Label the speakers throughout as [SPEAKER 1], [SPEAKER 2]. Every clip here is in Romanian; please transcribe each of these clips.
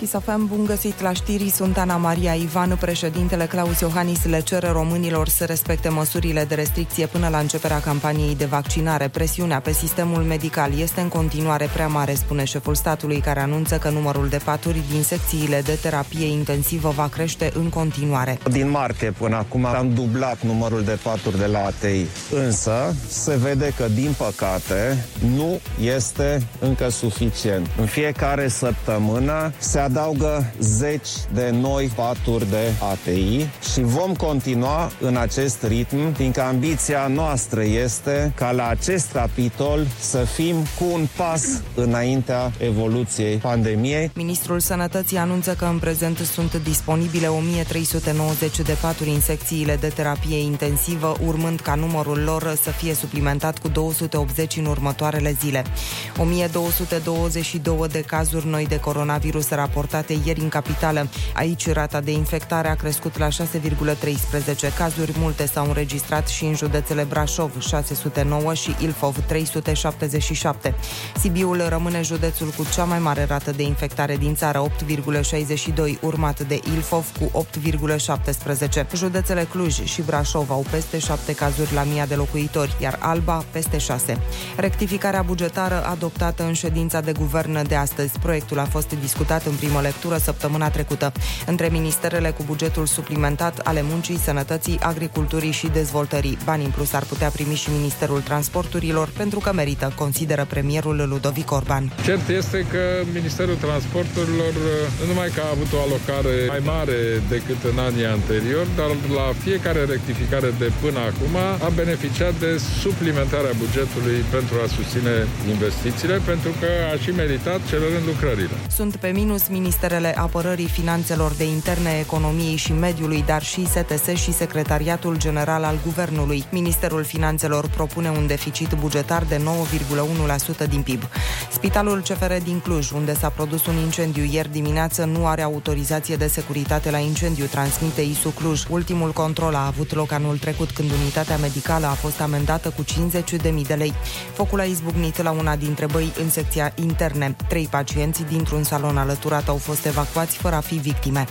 [SPEAKER 1] Chisafem, bun găsit la știri, sunt Ana Maria Ivan. Președintele Claus Iohannis le cere românilor să respecte măsurile de restricție până la începerea campaniei de vaccinare. Presiunea pe sistemul medical este în continuare prea mare, spune șeful statului, care anunță că numărul de paturi din secțiile de terapie intensivă va crește în continuare.
[SPEAKER 2] Din martie până acum am dublat numărul de paturi de la ATI, însă se vede că, din păcate, nu este încă suficient. În fiecare săptămână se adaugă zeci de noi paturi de ATI și vom continua în acest ritm, fiindcă ambiția noastră este ca la acest capitol să fim cu un pas înaintea evoluției pandemiei.
[SPEAKER 1] Ministrul Sănătății anunță că în prezent sunt disponibile 1390 de paturi în secțiile de terapie intensivă, urmând ca numărul lor să fie suplimentat cu 280 în următoarele zile. 1222 de cazuri noi de coronavirus raportate ieri în capitală. Aici rata de infectare a crescut la 6,13 cazuri, multe s-au înregistrat și în județele Brașov 609 și Ilfov 377. Sibiul rămâne județul cu cea mai mare rată de infectare din țară, 8,62, urmat de Ilfov cu 8,17. Județele Cluj și Brașov au peste 7 cazuri la 1000 de locuitori, iar Alba peste 6. Rectificarea bugetară adoptată în ședința de guvern de astăzi. Proiectul a fost discutat în primă lectură săptămâna trecută între ministerele cu bugetul suplimentat ale muncii, sănătății, agriculturii și dezvoltării. Bani în plus ar putea primi și Ministerul Transporturilor pentru că merită, consideră premierul Ludovic Orban.
[SPEAKER 3] Cert este că Ministerul Transporturilor uh, nu numai că a avut o alocare mai mare decât în anii anteriori, dar la fiecare rectificare de până acum a beneficiat de suplimentarea bugetului pentru a susține investițiile, pentru că a și meritat celorând lucrările.
[SPEAKER 1] Sunt pe minus Ministerele Apărării Finanțelor de Interne, Economiei și Mediului, dar și STS și Secretariatul General al Guvernului. Ministerul Finanțelor propune un deficit bugetar de 9,1% din PIB. Spitalul CFR din Cluj, unde s-a produs un incendiu ieri dimineață, nu are autorizație de securitate la incendiu, transmite ISU Cluj. Ultimul control a avut loc anul trecut, când unitatea medicală a fost amendată cu 50.000 de lei. Focul a izbucnit la una dintre băi în secția interne. Trei pacienți dintr-un salon alăturat au fost evacuați fără a fi victime.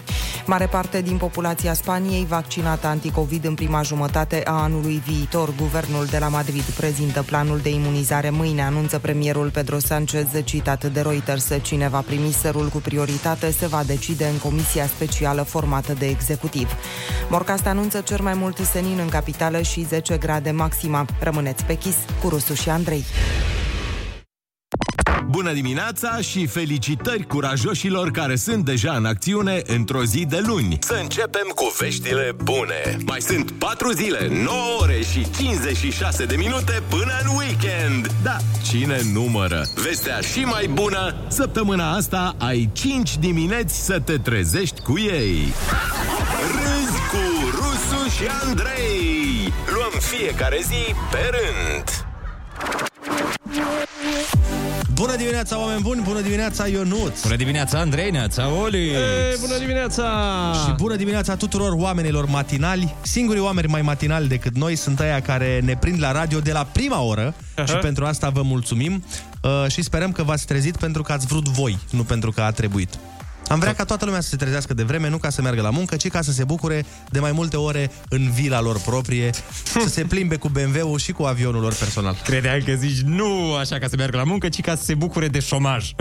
[SPEAKER 1] Mare parte din populația Spaniei vaccinată anticovid în prima jumătate a anului viitor. Guvernul de la Madrid prezintă planul de imunizare mâine, anunță premierul Pedro Sanchez, citat de Reuters. Cine va primi serul cu prioritate se va decide în comisia specială formată de executiv. Morcast anunță cer mai mult senin în capitală și 10 grade maxima. Rămâneți pe chis cu Rusu și Andrei.
[SPEAKER 4] Bună dimineața și felicitări curajoșilor care sunt deja în acțiune într-o zi de luni.
[SPEAKER 5] Să începem cu veștile bune. Mai sunt 4 zile, 9 ore și 56 de minute până în weekend.
[SPEAKER 4] Da, cine numără?
[SPEAKER 5] Vestea și mai bună
[SPEAKER 4] Săptămâna asta ai 5 dimineți să te trezești cu ei.
[SPEAKER 5] Râzi cu Rusu și Andrei. Luăm fiecare zi pe rând.
[SPEAKER 6] Bună dimineața, oameni buni! Bună dimineața, Ionuț!
[SPEAKER 7] Bună dimineața, Andrei, neața, Oli!
[SPEAKER 8] Ei, bună dimineața!
[SPEAKER 7] Ah.
[SPEAKER 6] Și bună dimineața tuturor oamenilor matinali. Singurii oameni mai matinali decât noi sunt aia care ne prind la radio de la prima oră Aha. și pentru asta vă mulțumim uh, și sperăm că v-ați trezit pentru că ați vrut voi, nu pentru că a trebuit. Am vrea ca toată lumea să se trezească de vreme, nu ca să meargă la muncă, ci ca să se bucure de mai multe ore în vila lor proprie, să se plimbe cu BMW-ul și cu avionul lor personal.
[SPEAKER 7] Credeam că zici nu așa ca să meargă la muncă, ci ca să se bucure de șomaj.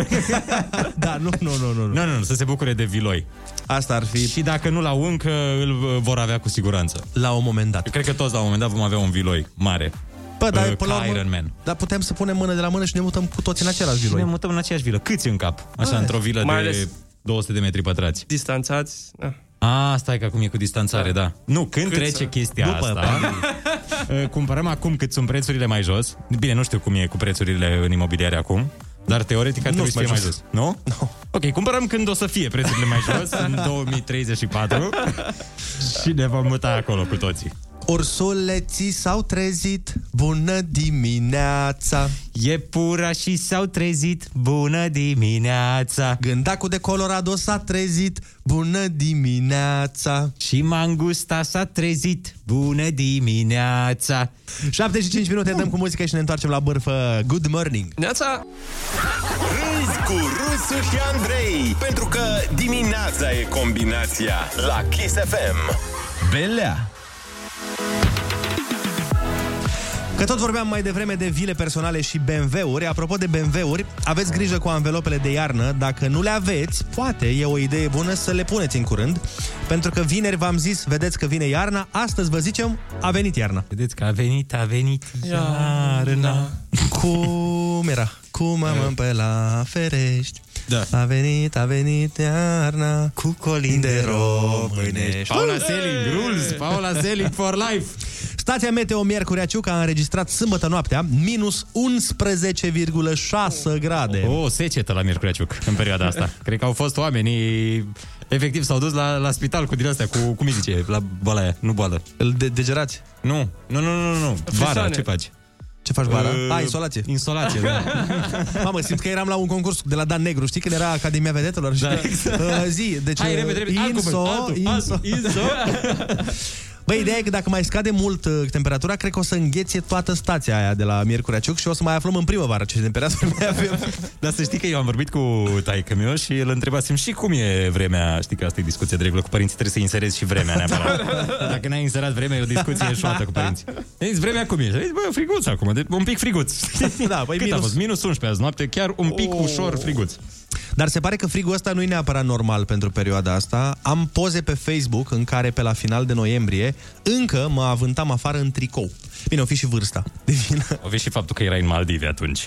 [SPEAKER 6] da, nu, nu, nu, nu.
[SPEAKER 7] Nu, nu, nu, să se bucure de viloi.
[SPEAKER 6] Asta ar fi
[SPEAKER 7] Și dacă nu la uncă, îl uh, vor avea cu siguranță.
[SPEAKER 6] la un moment dat.
[SPEAKER 7] Eu cred că toți la un moment dat vom avea un viloi mare.
[SPEAKER 6] Bă, dar,
[SPEAKER 7] Uh,
[SPEAKER 6] până la
[SPEAKER 7] ca
[SPEAKER 6] urmă,
[SPEAKER 7] Iron Man.
[SPEAKER 6] dar putem să punem mână de la mână și ne mutăm cu toți în același
[SPEAKER 7] Și ne
[SPEAKER 6] viloi.
[SPEAKER 7] mutăm în aceeași vilă. Câți în cap? Așa,
[SPEAKER 6] Bă,
[SPEAKER 7] într-o vilă de
[SPEAKER 8] mai ales-
[SPEAKER 7] 200 de metri pătrați.
[SPEAKER 8] Distanțați? Da.
[SPEAKER 7] A, stai că acum e cu distanțare, da. Nu, când
[SPEAKER 8] Cât
[SPEAKER 7] trece
[SPEAKER 8] să-
[SPEAKER 7] chestia
[SPEAKER 6] După,
[SPEAKER 7] asta, uh, cumpărăm acum cât sunt prețurile mai jos. Bine, nu știu cum e cu prețurile în imobiliare acum, dar teoretic ar
[SPEAKER 6] Nu
[SPEAKER 7] trebui să
[SPEAKER 6] sunt
[SPEAKER 7] fie mai
[SPEAKER 6] mai
[SPEAKER 7] jos. Nu? No. Ok, cumpărăm când o să fie prețurile mai jos, în 2034, și ne vom muta acolo cu toții.
[SPEAKER 6] Ursuleții s-au trezit, bună dimineața
[SPEAKER 7] Iepura și s-au trezit, bună dimineața
[SPEAKER 6] Gândacul de Colorado s-a trezit, bună dimineața
[SPEAKER 7] Și mangusta s-a trezit, bună dimineața
[SPEAKER 6] 75 minute, dăm cu muzică și ne întoarcem la bârfă Good morning
[SPEAKER 8] Neața!
[SPEAKER 5] Râzi cu Rusu și Andrei Pentru că dimineața e combinația La Kiss FM
[SPEAKER 4] Belea
[SPEAKER 6] Că tot vorbeam mai devreme de vile personale și BMW-uri Apropo de BMW-uri, aveți grijă cu anvelopele de iarnă Dacă nu le aveți, poate e o idee bună să le puneți în curând Pentru că vineri v-am zis, vedeți că vine iarna Astăzi vă zicem, a venit iarna
[SPEAKER 7] Vedeți că a venit, a venit iarna
[SPEAKER 6] Cum era? Cum am pe la ferești
[SPEAKER 7] Da.
[SPEAKER 6] A venit, a venit iarna
[SPEAKER 7] Cu colin de românești Paula Selling rules, Paula Selling for life
[SPEAKER 6] Stația Meteo Miercurea Ciuca a înregistrat sâmbătă noaptea minus 11,6 grade.
[SPEAKER 7] O secetă la Miercurea Ciuc în perioada asta Cred că au fost oamenii Efectiv s-au dus la, la spital cu din astea Cu, cum îi zice, la boala aia, nu boală
[SPEAKER 6] Îl de- degerați?
[SPEAKER 7] Nu, nu, nu, nu, nu Vara,
[SPEAKER 8] Frisoane.
[SPEAKER 7] ce faci?
[SPEAKER 6] Ce faci vara?
[SPEAKER 7] Uh,
[SPEAKER 6] A, insolație.
[SPEAKER 7] Insolație, da
[SPEAKER 6] Mamă, simt că eram la un concurs de la Dan Negru, știi când era Academia Vedetelor? Da, exact. Uh, zi, deci...
[SPEAKER 7] Hai,
[SPEAKER 6] uh,
[SPEAKER 7] repede, repede, alt
[SPEAKER 6] inso,
[SPEAKER 7] cuvânt, altul,
[SPEAKER 6] inso.
[SPEAKER 7] altul, inso.
[SPEAKER 6] Băi, ideea e că dacă mai scade mult uh, temperatura, cred că o să înghețe toată stația aia de la Miercurea Ciuc și o să mai aflăm în primăvară ce temperatură mai avem.
[SPEAKER 7] Dar să știi că eu am vorbit cu taică meu și îl întrebasem și cum e vremea, știi că asta e discuție de regulă cu părinții, trebuie să inserezi și vremea neapărat. Dacă n-ai inserat vremea, e o discuție eșuată cu părinții. Ei, zici, vremea cum e? Și a zis, Bă, friguț acum, de, un pic friguț.
[SPEAKER 6] Da, băi,
[SPEAKER 7] Cât a
[SPEAKER 6] minus-
[SPEAKER 7] fost? Minus 11 azi noapte, chiar un pic
[SPEAKER 6] Oh.
[SPEAKER 7] ușor friguț.
[SPEAKER 6] Dar se pare că frigul ăsta nu e neapărat normal pentru perioada asta. Am poze pe Facebook în care pe la final de noiembrie încă mă avântam afară în tricou. Bine, o fi și vârsta de vină.
[SPEAKER 7] O vezi și faptul că erai în Maldive atunci.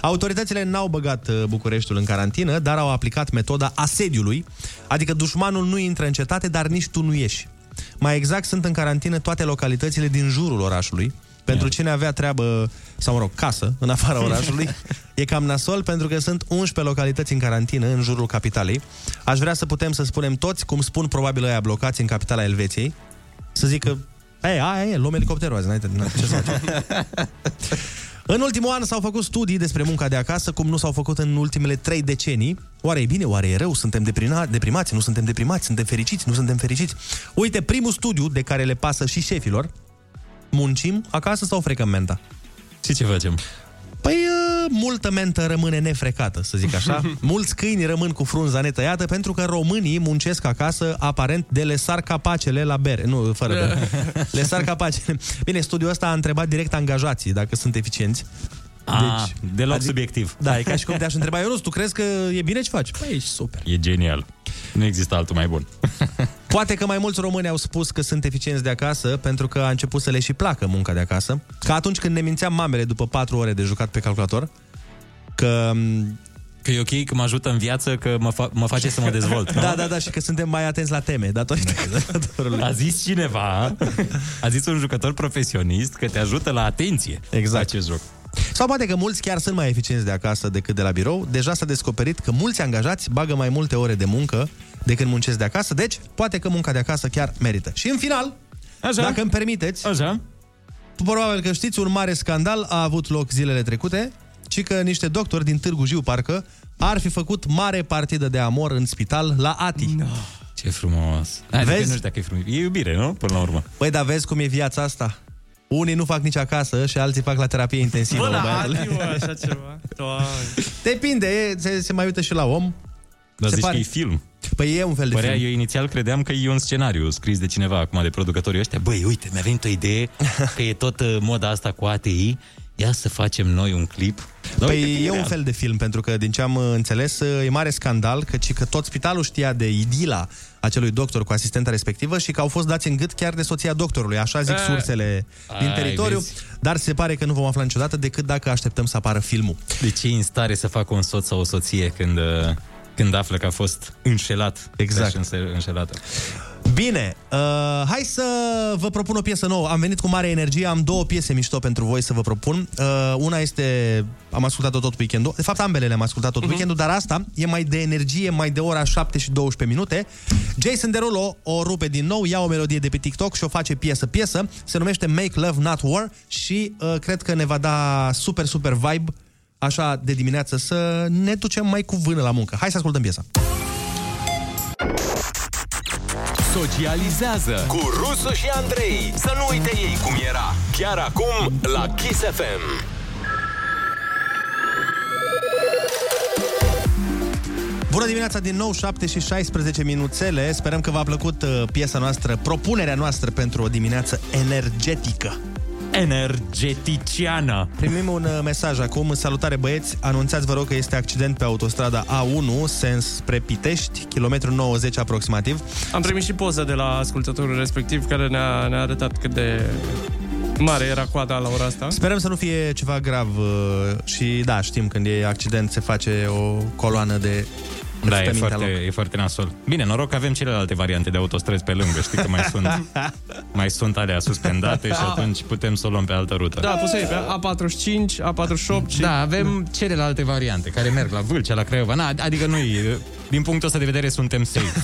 [SPEAKER 6] Autoritățile n-au băgat uh, Bucureștiul în carantină, dar au aplicat metoda asediului, adică dușmanul nu intră în cetate, dar nici tu nu ieși. Mai exact, sunt în carantină toate localitățile din jurul orașului. Pentru cine avea treabă, sau mă rog, casă, în afara orașului, e cam nasol, pentru că sunt 11 localități în carantină în jurul capitalei. Aș vrea să putem să spunem toți, cum spun probabil ăia blocați în capitala Elveției, să zică, ei, aia e, luăm elicopterul azi, înainte, na, ce să facem? În ultimul an s-au făcut studii despre munca de acasă, cum nu s-au făcut în ultimele trei decenii. Oare e bine, oare e rău? Suntem deprina- deprimați, nu suntem deprimați, suntem fericiți, nu suntem fericiți. Uite, primul studiu de care le pasă și șefilor, muncim acasă sau frecăm menta?
[SPEAKER 7] și ce facem?
[SPEAKER 6] Păi, ă, multă mentă rămâne nefrecată, să zic așa. Mulți câini rămân cu frunza netăiată pentru că românii muncesc acasă, aparent, de le sar capacele la bere. Nu, fără bere. Le sar capacele. Bine, studiul ăsta a întrebat direct angajații dacă sunt eficienți. Deci,
[SPEAKER 7] A, Ah, deloc subiectiv.
[SPEAKER 6] Da, e ca și cum te-aș întreba, Ionuț, tu crezi că e bine ce faci? Păi, ești super.
[SPEAKER 7] E genial. Nu există altul mai bun.
[SPEAKER 6] Poate că mai mulți români au spus că sunt eficienți de acasă pentru că a început să le și placă munca de acasă. Ca atunci când ne mințeam mamele după 4 ore de jucat pe calculator, că mm, m,
[SPEAKER 7] Că e ok, că mă ajută în viață, că mă, fa- mă face să mă dezvolt. nu? Da.
[SPEAKER 6] da, da, da, și că suntem mai atenți la teme datorită calculatorului.
[SPEAKER 7] A zis cineva, a zis un jucător profesionist că te ajută la atenție.
[SPEAKER 6] Exact.
[SPEAKER 7] Acest joc.
[SPEAKER 6] Sau poate că mulți chiar sunt mai eficienți de acasă decât de la birou. Deja s-a descoperit că mulți angajați bagă mai multe ore de muncă decât muncesc de acasă, deci poate că munca de acasă chiar merită. Și în final,
[SPEAKER 7] Așa.
[SPEAKER 6] dacă îmi permiteți,
[SPEAKER 7] Așa.
[SPEAKER 6] Probabil că știți, un mare scandal a avut loc zilele trecute, ci că niște doctori din Târgu Jiu, parcă, ar fi făcut mare partidă de amor în spital la ATI.
[SPEAKER 7] Da.
[SPEAKER 6] No.
[SPEAKER 7] Ce frumos. Adică
[SPEAKER 6] Vezi?
[SPEAKER 7] nu știu dacă e frumos. E iubire, nu? Până la urmă.
[SPEAKER 6] Băi, Păi, dar vezi cum e viața asta? Unii nu fac nici acasă și alții fac la terapie intensivă.
[SPEAKER 8] Bă,
[SPEAKER 6] mă,
[SPEAKER 8] la
[SPEAKER 6] băiatule.
[SPEAKER 8] atiu, așa ceva. Doamne.
[SPEAKER 6] Depinde, e- se, se mai uită și la om.
[SPEAKER 7] Dar
[SPEAKER 6] Se
[SPEAKER 7] zici
[SPEAKER 6] pare.
[SPEAKER 7] că e film.
[SPEAKER 6] Păi e un fel de
[SPEAKER 7] Părea,
[SPEAKER 6] film.
[SPEAKER 7] eu inițial credeam că e un scenariu scris de cineva acum, de producătorii ăștia. Băi, uite, mi-a venit o idee că e tot uh, moda asta cu ATI. Ia să facem noi un clip. Dar uite că
[SPEAKER 6] Păi e un
[SPEAKER 7] real.
[SPEAKER 6] fel de film, pentru că din ce am uh, înțeles uh, e mare scandal, că, ci că tot spitalul știa de idila acelui doctor cu asistenta respectivă și că au fost dați în gât chiar de soția doctorului, așa zic
[SPEAKER 8] E,
[SPEAKER 6] sursele din
[SPEAKER 7] ai,
[SPEAKER 6] teritoriu,
[SPEAKER 7] vezi.
[SPEAKER 6] dar se pare că nu vom afla niciodată decât dacă așteptăm să apară filmul.
[SPEAKER 7] De ce e în stare să facă un soț sau o soție când, uh, când află că a fost înșelat?
[SPEAKER 6] Exact.
[SPEAKER 7] Deci înse- înșelată.
[SPEAKER 6] Bine, uh, hai să vă propun o piesă nouă. Am venit cu mare energie, am două piese mișto pentru voi să vă propun. Uh, una este, am ascultat-o tot weekendul, de fapt ambele le-am ascultat tot weekendul, dar asta e mai de energie, mai de ora 7 și 12 minute. Jason Derulo o rupe din nou, ia o melodie de pe TikTok și o face piesă-piesă. Se numește Make Love Not War și uh, cred că ne va da super, super vibe așa de dimineață să ne ducem mai cu vână la muncă. Hai să ascultăm piesa.
[SPEAKER 4] Socializează
[SPEAKER 5] Cu Rusu și Andrei Să nu uite ei cum era Chiar acum la Kiss FM
[SPEAKER 6] Bună dimineața din nou, 7 și 16 minuțele. Sperăm că v-a plăcut uh, piesa noastră, propunerea noastră pentru o dimineață energetică.
[SPEAKER 7] Energeticiană.
[SPEAKER 6] Primim un uh, mesaj acum. Salutare băieți, anunțați vă rog că este accident pe autostrada A1, sens spre Pitești, kilometru 90 aproximativ.
[SPEAKER 8] Am primit și poza de la ascultătorul respectiv care ne-a, ne-a arătat cât de mare era coada la ora asta.
[SPEAKER 6] Sperăm să nu fie ceva grav uh, și da, știm când e accident se face o coloană de
[SPEAKER 7] Da, e
[SPEAKER 6] răstăminte
[SPEAKER 7] foarte,
[SPEAKER 6] loc.
[SPEAKER 7] e foarte nasol. Bine, noroc că avem celelalte variante de autostrăzi pe lângă, știi că mai sunt, mai sunt alea suspendate și atunci putem să o luăm pe altă rută.
[SPEAKER 8] Da, poți să iei pe A45, A48 și...
[SPEAKER 7] Da, avem celelalte variante care merg la Vâlcea, la Craiova. Na, adică noi, din punctul ăsta de vedere, suntem safe.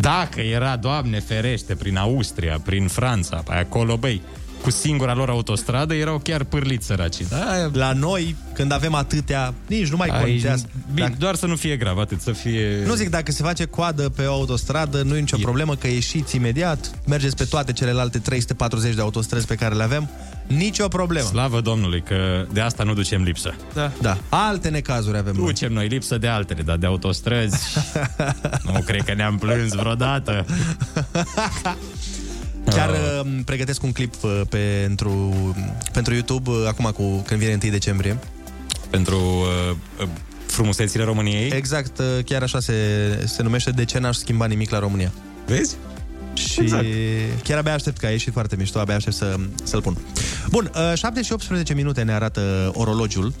[SPEAKER 7] Dacă era, Doamne ferește, prin Austria, prin Franța, pe acolo, băi, cu singura lor autostradă, erau chiar pârliți săracii. Da, aia-
[SPEAKER 6] La noi, când avem atâtea, nici nu mai
[SPEAKER 7] aici,
[SPEAKER 6] contează.
[SPEAKER 7] bine,
[SPEAKER 6] Dacă-
[SPEAKER 7] doar să nu fie grav, atât, să fie...
[SPEAKER 6] Nu zic, dacă se face coadă pe o autostradă, nu e nicio problemă că ieșiți imediat, mergeți pe toate celelalte 340 de autostrăzi pe care le avem, nicio problemă.
[SPEAKER 7] Slavă Domnului că de asta nu ducem lipsă.
[SPEAKER 8] da.
[SPEAKER 6] Da, alte necazuri avem. noi.
[SPEAKER 7] Ducem noi lipsă de altele, dar de autostrăzi nu cred că ne-am plâns vreodată.
[SPEAKER 6] Chiar
[SPEAKER 7] Ah.
[SPEAKER 6] uh, pregătesc un clip uh, pentru, pentru YouTube uh, acum cu când vine 1 decembrie.
[SPEAKER 7] Pentru uh, uh, frumusețile României.
[SPEAKER 6] Exact, uh, chiar așa se, se numește De ce n-aș schimba nimic la România.
[SPEAKER 7] Vezi?
[SPEAKER 6] Și exact. chiar abia aștept că a ieșit foarte mișto, abia aștept să, să-l pun. Bun, uh, 7 și 18 minute ne arată orologiul.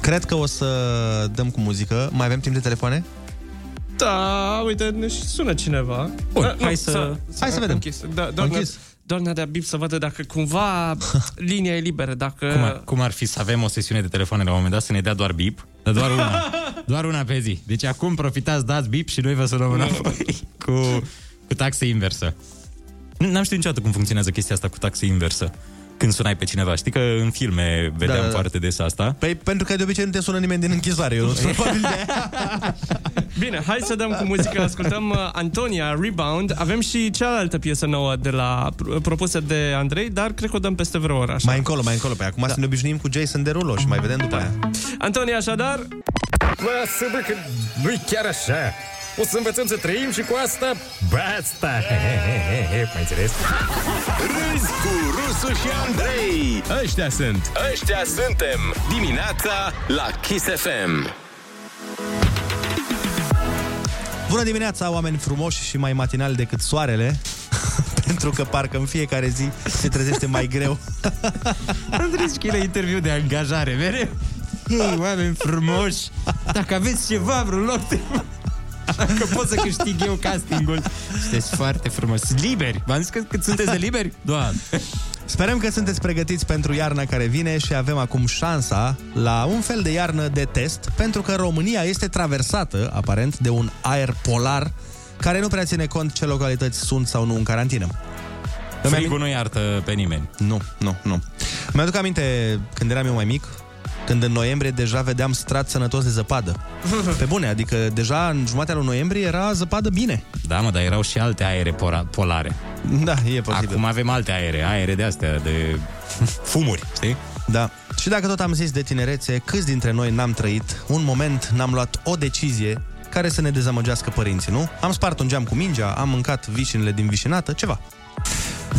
[SPEAKER 6] Cred că o să dăm cu muzică. Mai avem timp de telefoane?
[SPEAKER 8] Da, uite, ne și sună cineva. Da, Bun,
[SPEAKER 6] hai să- hai să vedem.
[SPEAKER 8] Închis. Da, doamna,
[SPEAKER 6] închis.
[SPEAKER 8] doamna de Abib să vadă dacă cumva linia e liberă, dacă...
[SPEAKER 7] Cum ar, cum ar fi să avem o sesiune de telefoane la un moment dat să ne dea doar bip, dar doar una. doar una pe zi. Deci acum profitați, dați bip și noi vă sunăm înapoi cu, cu taxe inversă. Nu- N-am știut niciodată cum funcționează chestia asta cu taxe inversă. Când sunai pe cineva. Știi că în filme vedeam
[SPEAKER 6] Da,
[SPEAKER 7] da,
[SPEAKER 6] da,
[SPEAKER 7] da.
[SPEAKER 6] da.
[SPEAKER 7] foarte des asta.
[SPEAKER 6] Păi pentru că de obicei nu te sună nimeni din închisoare, eu nu probabil de aia.
[SPEAKER 8] Bine, hai să dăm cu muzică. Ascultăm uh, Antonia, Rebound. Avem și cealaltă piesă nouă de la propusă de Andrei, dar cred că o dăm peste vreo oră. Așa.
[SPEAKER 6] Mai încolo, mai încolo, pe acum da. să ne obișnuim cu Jason Derulo Păi și mai vedem după aia.
[SPEAKER 8] Antonia, așadar,
[SPEAKER 9] Lasă, bă, că nu-i chiar așa. O să învățăm să trăim și cu asta basta. Mai înțeles?
[SPEAKER 5] Râzi cu Rusu și Andrei
[SPEAKER 4] Ăștia sunt
[SPEAKER 5] Ăștia suntem Dimineața la Kiss FM
[SPEAKER 6] Bună dimineața, oameni frumoși și mai matinali decât soarele. pentru că parcă în fiecare zi se trezește mai greu.
[SPEAKER 7] Andrei la interviu de angajare, mereu. Hei, oameni frumoși, dacă aveți ceva, vreun loc de... Dacă pot să câștig eu castingul. Sunteți foarte frumos. Liberi. V-am zis că cât sunteți de liberi? Doar.
[SPEAKER 6] Sperăm că sunteți pregătiți pentru iarna care vine și avem acum șansa la un fel de iarnă de test, pentru că România este traversată, aparent, de un aer polar care nu prea ține cont ce localități sunt sau nu în carantină. Îmi
[SPEAKER 7] Frigul nu iartă pe nimeni.
[SPEAKER 6] Nu, nu, nu. Mi-aduc aminte când eram eu mai mic, când în noiembrie deja vedeam strat sănătos de zăpadă. Pe bune, adică deja în jumatea lui noiembrie era zăpadă bine.
[SPEAKER 7] Da, mă, dar erau și alte aere pora- polare.
[SPEAKER 6] Da, e posibil.
[SPEAKER 7] Acum avem alte aere, aere de astea, de fumuri, știi?
[SPEAKER 6] Da. Și dacă tot am zis de tinerețe, câți dintre noi n-am trăit un moment, n-am luat o decizie care să ne dezamăgească părinții, nu? Am spart un geam cu mingea, am mâncat vișinile din vișinată, ceva.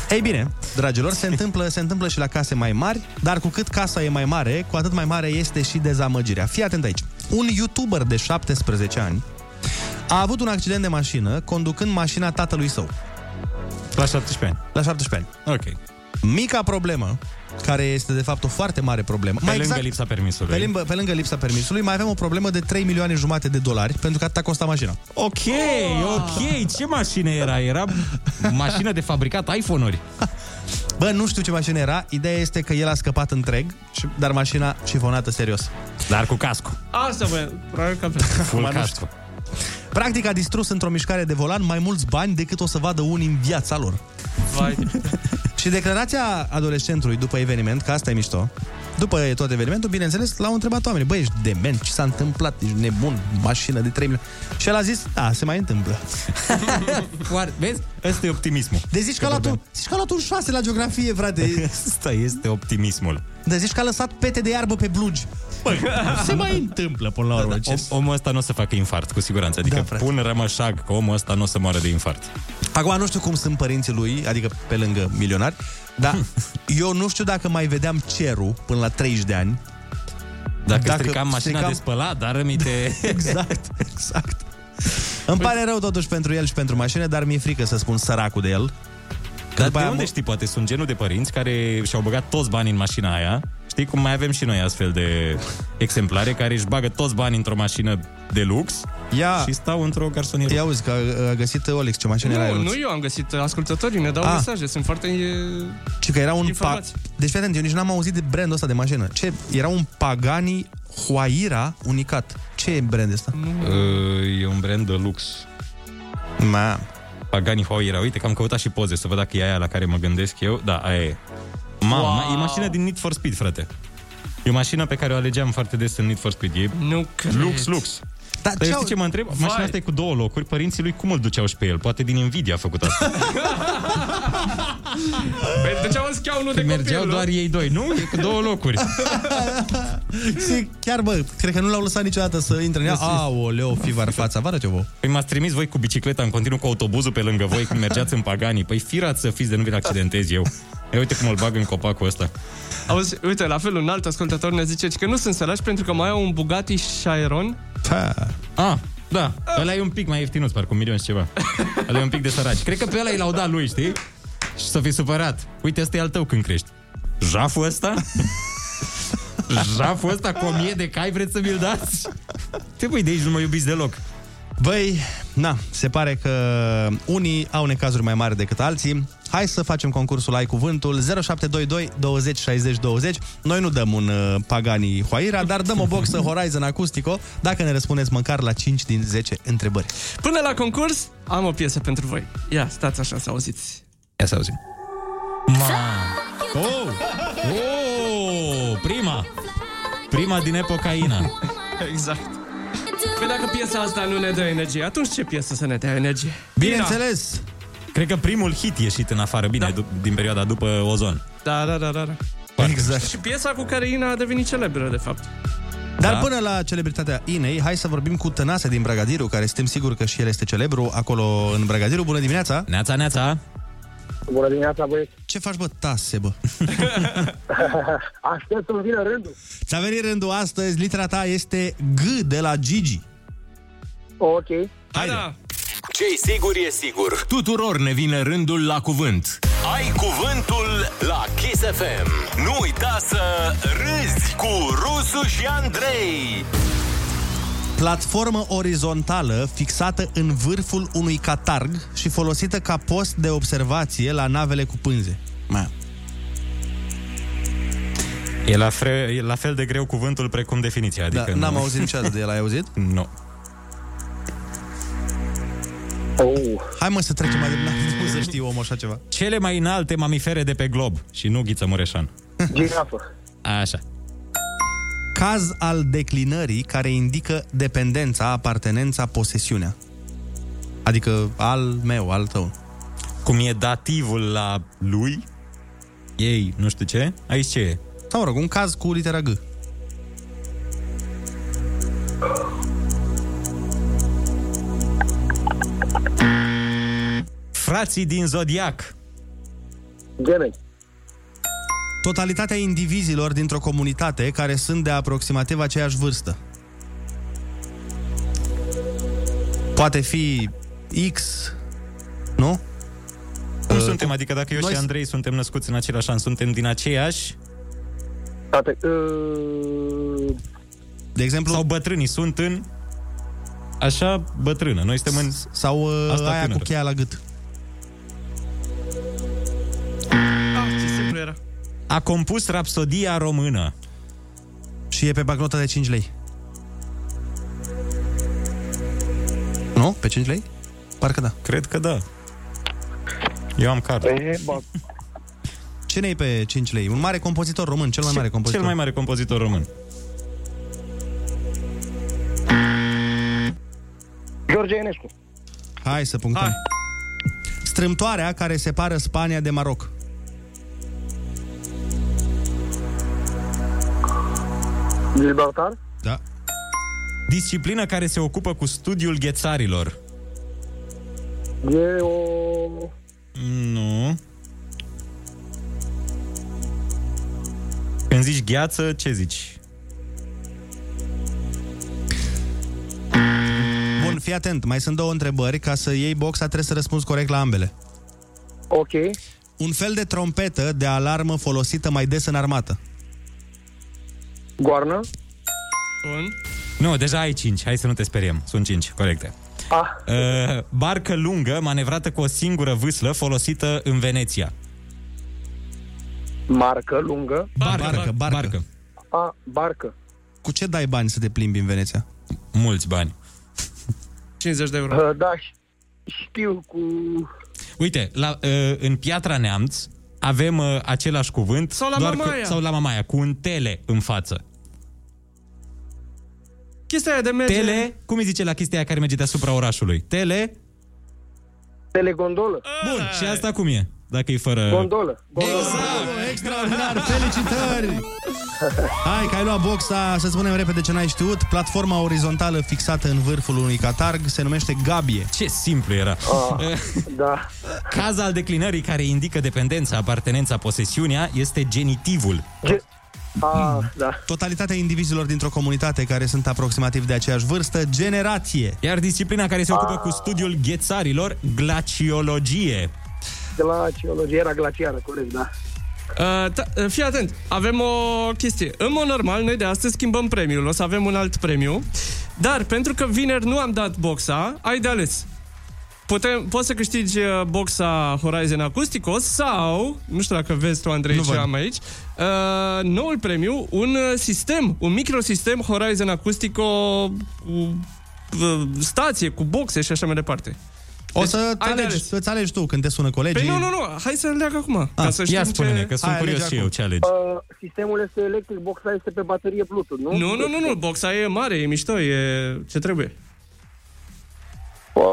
[SPEAKER 6] Ei bine, dragilor, se întâmplă, se întâmplă și la case mai mari, dar cu cât casa e mai mare, cu atât mai mare este și dezamăgirea. Fii atent aici. Un YouTuber de 17 ani a avut un accident de mașină conducând mașina tatălui său
[SPEAKER 7] La 17 ani.
[SPEAKER 6] la 17 ani.
[SPEAKER 7] Ok.
[SPEAKER 6] Mica problemă, care este de fapt o foarte mare problemă.
[SPEAKER 7] Pe lângă lipsa permisului.
[SPEAKER 6] exact- Pe lângă, pe lângă lipsa permisului, mai avem o problemă de 3 milioane jumate de dolari, pentru că atâta costa mașina.
[SPEAKER 7] Ok, Ah! ok, ce mașină era? Era mașină de fabricat iPhone-uri.
[SPEAKER 6] Bă, nu știu ce mașină era, ideea este că el a scăpat întreg, și- dar mașina șifonată serios.
[SPEAKER 7] Dar cu casco.
[SPEAKER 8] Asta, bă, probabil că...
[SPEAKER 7] Full
[SPEAKER 6] Acum nu
[SPEAKER 7] casco.
[SPEAKER 6] Practic a distrus într-o mișcare de volan mai mulți bani decât o să vadă unii în viața lor.
[SPEAKER 8] Vai,
[SPEAKER 6] Și declarația adolescentului după eveniment, că asta e mișto, după tot evenimentul, bineînțeles, l-au întrebat oamenii, băi, ești dement, ce s-a întâmplat, ești nebun, mașină de 3 milioane. Și el a zis, da, se mai întâmplă.
[SPEAKER 7] Foarte- Vezi? Ăsta e optimismul.
[SPEAKER 6] Deci zici că, a luat un, zici că a luat un 6 la geografie, frate.
[SPEAKER 7] Asta este optimismul.
[SPEAKER 6] Deci zici că a lăsat pete de iarbă pe blugi. Băi, se mai întâmplă până la urmă. ce-
[SPEAKER 7] Da, Om, omul ăsta nu o să facă infart, cu siguranță. Adică
[SPEAKER 6] Da,
[SPEAKER 7] da,
[SPEAKER 6] frate.
[SPEAKER 7] pun rămășag că omul ăsta nu o să moară de infart.
[SPEAKER 6] Acum nu știu cum sunt părinții lui, adică pe lângă milionari, dar eu nu știu dacă mai vedeam cerul până la 30 de ani.
[SPEAKER 7] Dacă,
[SPEAKER 6] Dacă
[SPEAKER 7] Dacă stricam mașina
[SPEAKER 6] stricam-
[SPEAKER 7] stricam... de spălat, dar rămite...
[SPEAKER 6] Exact, exact. Îmi
[SPEAKER 7] Păi-
[SPEAKER 6] pare rău totuși pentru el și pentru mașină, dar mi-e frică să spun săracul de el.
[SPEAKER 7] Dar
[SPEAKER 6] după
[SPEAKER 7] de
[SPEAKER 6] aia
[SPEAKER 7] unde
[SPEAKER 6] mă-
[SPEAKER 7] știi? Poate sunt genul de părinți care și-au băgat toți banii în mașina aia. Știi cum mai avem și noi astfel de exemplare care își bagă toți banii într-o mașină de lux
[SPEAKER 6] Ia,
[SPEAKER 7] și stau într-o garsonieră.
[SPEAKER 6] ia uzi că a, a găsit Olex ce mașină era
[SPEAKER 8] nu,
[SPEAKER 6] el.
[SPEAKER 8] nu eu am găsit uh, ascultătorii, ne dau
[SPEAKER 6] Ah.
[SPEAKER 8] mesaje, sunt foarte... uh, e,
[SPEAKER 6] Ci că era un pa...
[SPEAKER 8] Informații.
[SPEAKER 6] Deci, fii atent, eu nici n-am auzit de brandul ăsta de mașină. Ce? Era un Pagani Huayra unicat. Ce e brand ăsta?
[SPEAKER 7] E un brand de lux.
[SPEAKER 6] Ma.
[SPEAKER 7] Pagani Huayra. Uite că am căutat și poze să văd dacă e aia la care mă gândesc eu. Da, aia e. Mama, wow. e mașina din Need for Speed, frate. E o mașină pe care o alegeam foarte des în Need for Speed. E
[SPEAKER 8] Nu cred.
[SPEAKER 7] lux, lux.
[SPEAKER 6] Dar
[SPEAKER 7] Dar
[SPEAKER 6] ce
[SPEAKER 7] eu
[SPEAKER 6] au...
[SPEAKER 7] știi ce mă întreb? Mașina asta e cu două locuri, părinții lui cum îl duceau și pe el? Poate din invidia a făcut asta.
[SPEAKER 8] Păi, Duceau în scaunul de
[SPEAKER 7] Mergeau
[SPEAKER 8] copil,
[SPEAKER 7] doar
[SPEAKER 8] nu?
[SPEAKER 7] ei doi, nu? E cu două locuri.
[SPEAKER 6] Și Chiar, bă, cred că nu l-au lăsat niciodată să intre în ea. Aoleo, fi var fața, vară ce vă.
[SPEAKER 7] Păi m-ați trimis voi cu bicicleta în continuu cu autobuzul pe lângă voi când mergeați în Pagani. Păi firați să fiți de nu vi-l accidentez eu. E uite cum îl bag în copacul ăsta.
[SPEAKER 8] Auzi, uite, la fel, un alt ascultător ne zice că nu sunt săraci pentru că mai au un Bugatti Chiron.
[SPEAKER 7] Ah, da, ăla e un pic mai ieftinuț, parcă un milion și ceva. Ăla e un pic de săraci. Cred că pe ăla i l-au dat lui, știi? Și să fi supărat. Uite, ăsta e al tău când crești. Jaful ăsta? Jaful ăsta cu o mie de cai vreți să mi-l dați? Te pui de aici, nu mă iubiți deloc.
[SPEAKER 6] Băi, na, se pare că unii au necazuri mai mari decât alții. Hai să facem concursul Ai Cuvântul 0722 20 60 20. Noi nu dăm un uh, Pagani Huayra, dar dăm o boxă Horizon Acustico dacă ne răspundeți măcar la 5 din 10 întrebări.
[SPEAKER 8] Până la concurs, am o piesă pentru voi. Ia, stați așa să auziți.
[SPEAKER 7] Ia să auzim. Ma. Oh! Oh! Prima! Prima din epoca Ina.
[SPEAKER 8] Exact. Păi dacă piesa asta nu ne dă energie, atunci ce piesă să ne dea energie?
[SPEAKER 6] Bineînțeles!
[SPEAKER 7] Cred că primul hit ieșit în afară, bine, da. din perioada după Ozon.
[SPEAKER 8] Da, da, da, da. da.
[SPEAKER 6] Exact.
[SPEAKER 8] Și piesa cu care Ina a devenit celebră, de fapt.
[SPEAKER 6] Dar
[SPEAKER 7] Da.
[SPEAKER 6] până la celebritatea Inei, hai să vorbim cu Tănase din Bragadiru, care suntem siguri că și el este celebru acolo în Bragadiru. Bună dimineața!
[SPEAKER 7] Neața, neața!
[SPEAKER 10] Bună dimineața, băieți.
[SPEAKER 6] Ce faci, bă, tase, bă?
[SPEAKER 10] Aștept să-mi vină rândul.
[SPEAKER 6] Ți-a venit rândul astăzi, litera ta este G de la Gigi.
[SPEAKER 10] Ok.
[SPEAKER 8] Haide. Da.
[SPEAKER 5] Ce-i sigur e sigur.
[SPEAKER 4] Tuturor ne vine rândul la cuvânt.
[SPEAKER 5] Ai cuvântul la Kiss FM. Nu uita să râzi cu Rusu și Andrei.
[SPEAKER 6] Platformă orizontală fixată în vârful unui catarg și folosită ca post de observație la navele cu pânze. Ma.
[SPEAKER 7] E la, fre- e la fel de greu cuvântul precum definiția,
[SPEAKER 6] Da,
[SPEAKER 7] adică...
[SPEAKER 6] adică
[SPEAKER 7] nu-
[SPEAKER 6] n-am auzit niciodată de el, ai auzit?
[SPEAKER 7] Nu.
[SPEAKER 10] Oh.
[SPEAKER 6] Hai mă să trecem mai departe, cum să știi omul așa ceva.
[SPEAKER 7] Cele mai înalte mamifere de pe glob și nu Ghiță Mureșan.
[SPEAKER 10] Girafă.
[SPEAKER 7] Așa.
[SPEAKER 6] Caz al declinării care indică dependența, apartenența, posesiunea. Adică al meu, al tău.
[SPEAKER 7] Cum e dativul la lui, ei, nu știu ce, aici ce e?
[SPEAKER 6] Sau, mă rog, un caz cu litera G.
[SPEAKER 7] Frații din Zodiac.
[SPEAKER 10] Gemeni.
[SPEAKER 6] Totalitatea indivizilor dintr-o comunitate care sunt de aproximativ aceeași vârstă. Poate fi X, nu?
[SPEAKER 7] suntem, adică dacă eu
[SPEAKER 10] Uh, Noi
[SPEAKER 7] și
[SPEAKER 10] s-
[SPEAKER 7] Andrei suntem născuți în același an, suntem din aceeași
[SPEAKER 10] Tate, uh,
[SPEAKER 6] De exemplu...
[SPEAKER 7] Sau bătrânii sunt în... Așa bătrână. Noi suntem în...
[SPEAKER 6] Sau uh,
[SPEAKER 7] asta
[SPEAKER 6] aia
[SPEAKER 7] tânără.
[SPEAKER 6] cu cheia la gât.
[SPEAKER 7] A compus Rapsodia română.
[SPEAKER 6] Și e pe bagnota de 5 lei. Nu? Pe 5 lei? Parcă da.
[SPEAKER 7] Cred că da. Eu am
[SPEAKER 10] Păi
[SPEAKER 7] carte.
[SPEAKER 6] Cine e pe 5 lei? Un mare compozitor român, cel mai
[SPEAKER 7] Ce-
[SPEAKER 6] mare compozitor.
[SPEAKER 7] Cel mai mare compozitor român.
[SPEAKER 10] George Enescu.
[SPEAKER 6] Hai să punctăm. Hai. Strâmtoarea care separă Spania de Maroc.
[SPEAKER 10] Gibraltar.
[SPEAKER 6] Da.
[SPEAKER 7] Disciplină care se ocupă cu studiul ghețarilor.
[SPEAKER 10] E o...
[SPEAKER 7] Nu. Când zici gheață, ce zici?
[SPEAKER 6] Bun, fii atent, mai sunt două întrebări. Ca să iei boxa trebuie să răspunzi corect la ambele.
[SPEAKER 10] Ok.
[SPEAKER 6] Un fel de trompetă de alarmă folosită mai des în armată.
[SPEAKER 10] Goarnă.
[SPEAKER 8] Bun.
[SPEAKER 7] Nu, deja ai 5, hai să nu te speriem. Sunt 5, corecte.
[SPEAKER 10] Ah.
[SPEAKER 7] Uh, barcă lungă, manevrată cu o singură vâslă, folosită în Veneția.
[SPEAKER 10] Marcă lungă.
[SPEAKER 6] Barcă, barcă. barcă. barcă.
[SPEAKER 10] A, barcă.
[SPEAKER 6] Cu ce dai bani să te plimbi în Veneția?
[SPEAKER 7] Mulți bani.
[SPEAKER 8] 50 de euro.
[SPEAKER 10] Uh, da, ș- știu cu...
[SPEAKER 7] Uite, la, uh, în Piatra Neamț avem uh, același cuvânt.
[SPEAKER 8] Sau la Mamaia.
[SPEAKER 7] Cu, sau la Mamaia, cu un tele în față.
[SPEAKER 8] Chestia aia de merge...
[SPEAKER 7] Tele, cum îi zice la chestia aia care merge deasupra orașului? Tele,
[SPEAKER 10] Telegondolă.
[SPEAKER 7] bun, și asta cum e? Dacă e fără...
[SPEAKER 10] Gondolă.
[SPEAKER 6] Exact! Extraordinar! Felicitări! Hai că ai luat boxa, să spunem repede ce n-ai știut. Platforma orizontală fixată în vârful unui catarg se numește gabie.
[SPEAKER 7] Ce simplu era.
[SPEAKER 10] Ah, da.
[SPEAKER 7] Caz al declinării care indică dependența, apartenența, posesiunea este genitivul.
[SPEAKER 10] Ge- A, da.
[SPEAKER 6] Totalitatea indivizilor dintr-o comunitate care sunt aproximativ de aceeași vârstă, generație.
[SPEAKER 7] Iar disciplina care se ocupă cu studiul ghețarilor, glaciologie.
[SPEAKER 10] De la geologie era glaciară, corect, da.
[SPEAKER 8] Uh, ta- uh, fii atent, avem o chestie. În mod normal, noi de astăzi schimbăm premiul, o să avem un alt premiu, dar pentru că vineri nu am dat boxa, ai de ales. Putem, poți să câștigi uh, boxa Horizon Acusticos sau, nu știu dacă vezi tu, Andrei,
[SPEAKER 6] Nu
[SPEAKER 8] ce
[SPEAKER 6] văd.
[SPEAKER 8] am aici, uh, noul premiu, un uh, sistem, un microsistem Horizon Acustico cu uh, stație, cu boxe și așa mai departe.
[SPEAKER 6] O să
[SPEAKER 8] Deci, ai de
[SPEAKER 6] alegi,
[SPEAKER 8] ales.
[SPEAKER 6] îți alegi tu când te sună colegii.
[SPEAKER 8] Păi nu, nu, nu, hai să leagă acum, ca să știm
[SPEAKER 7] Ah, Ia spune-ne,
[SPEAKER 8] ce...
[SPEAKER 7] că sunt
[SPEAKER 6] Hai,
[SPEAKER 7] curios
[SPEAKER 6] alege
[SPEAKER 7] și eu
[SPEAKER 6] acum.
[SPEAKER 7] ce alegi.
[SPEAKER 10] Uh, sistemul este electric, boxa este pe baterie Bluetooth, nu?
[SPEAKER 8] Nu, nu, nu, nu, boxa e mare, e mișto, e ce trebuie.
[SPEAKER 10] Uh,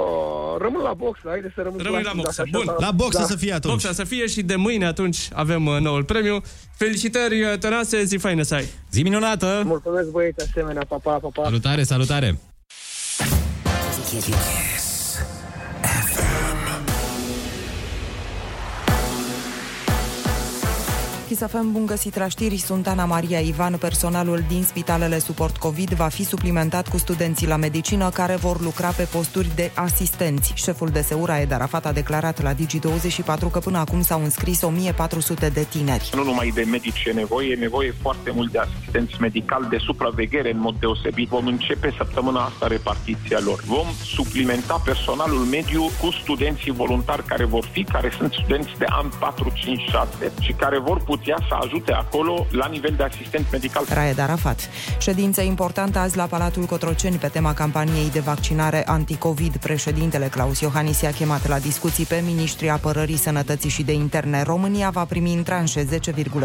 [SPEAKER 10] rămân la box, haide să rămân
[SPEAKER 8] Rămâi la
[SPEAKER 10] dacă
[SPEAKER 8] boxă.
[SPEAKER 10] așa,
[SPEAKER 8] Bun.
[SPEAKER 6] La boxă
[SPEAKER 10] Da.
[SPEAKER 6] să fie atunci.
[SPEAKER 8] Boxa să fie și de mâine atunci avem uh, noul premiu. Felicitări, uh, Tănase, zi faină să ai!
[SPEAKER 7] Zi minunată!
[SPEAKER 10] Mulțumesc băieți, asemenea, pa, pa, pa, pa.
[SPEAKER 7] Salutare, salutare!
[SPEAKER 1] Chisafem, bun găsit la știri, sunt Ana Maria Ivan. Personalul din spitalele suport COVID va fi suplimentat cu studenții la medicină care vor lucra pe posturi de asistenți. Șeful de Seura, Ed Arafat, a declarat la Digi24 că până acum s-au înscris 1400 de tineri.
[SPEAKER 11] Nu numai de medici e nevoie, e nevoie foarte mult de asistenți medical, de supraveghere în mod deosebit. Vom începe săptămâna asta repartiția lor. Vom suplimenta personalul mediu cu studenții voluntari care vor fi, care sunt studenți de an 4, 5, 6 și care vor putea să ajute acolo la nivel de asistent medical.
[SPEAKER 1] Raed Arafat. Ședință importantă azi la Palatul Cotroceni pe tema campaniei de vaccinare anticovid. Președintele Claus Iohannis i-a chemat la discuții pe ministrii apărării sănătății și de interne. România va primi în tranșe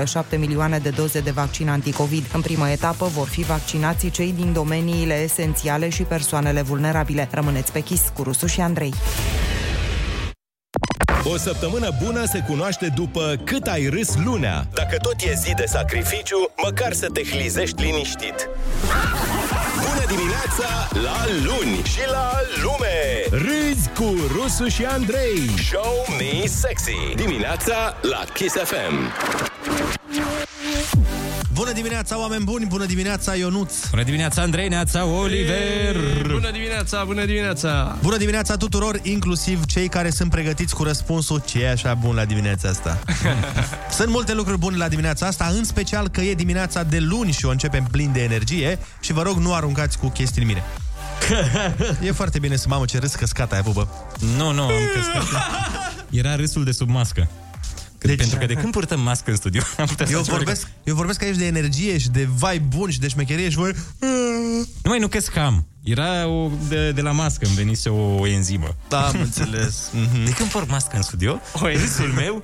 [SPEAKER 1] 10,7 milioane de doze de vaccin anticovid. În prima etapă vor fi vaccinații cei din domeniile esențiale și persoanele vulnerabile. Rămâneți pe chis cu Rusu și Andrei.
[SPEAKER 4] O săptămână bună se cunoaște după cât ai râs lunea.
[SPEAKER 5] Dacă tot e zi de sacrificiu, măcar să te hlizești liniștit. Bună dimineața la luni și la lume!
[SPEAKER 4] Râzi cu Rusu și Andrei.
[SPEAKER 5] Show me sexy! Dimineața la Kiss FM.
[SPEAKER 6] Bună dimineața, oameni buni! Bună dimineața, Ionuț!
[SPEAKER 7] Bună dimineața, Andrei, neața, Oliver!
[SPEAKER 8] Bună dimineața, bună dimineața!
[SPEAKER 6] Bună dimineața tuturor, inclusiv cei care sunt pregătiți cu răspunsul ce e așa bun la dimineața asta. sunt multe lucruri bune la dimineața asta, în special că e dimineața de luni și o începem plin de energie și vă rog nu aruncați cu chestii în mine. e foarte bine să mamă ce râs căscat ai, bubă.
[SPEAKER 7] Nu, nu, am căscat. Era râsul de sub mască. Deci... Pentru că de când purtăm mască în studio am putea să
[SPEAKER 6] Eu
[SPEAKER 7] facem
[SPEAKER 6] vorbesc, eu vorbesc aici de energie și de vai bun și de șmecherie și voi... "Mm."
[SPEAKER 7] Nu mai nu căscam. Era o, de, de la mască, îmi venise o, o enzimă.
[SPEAKER 6] Da, am înțeles.
[SPEAKER 7] De când porc mască în studio,
[SPEAKER 8] O enzimă.
[SPEAKER 7] râsul meu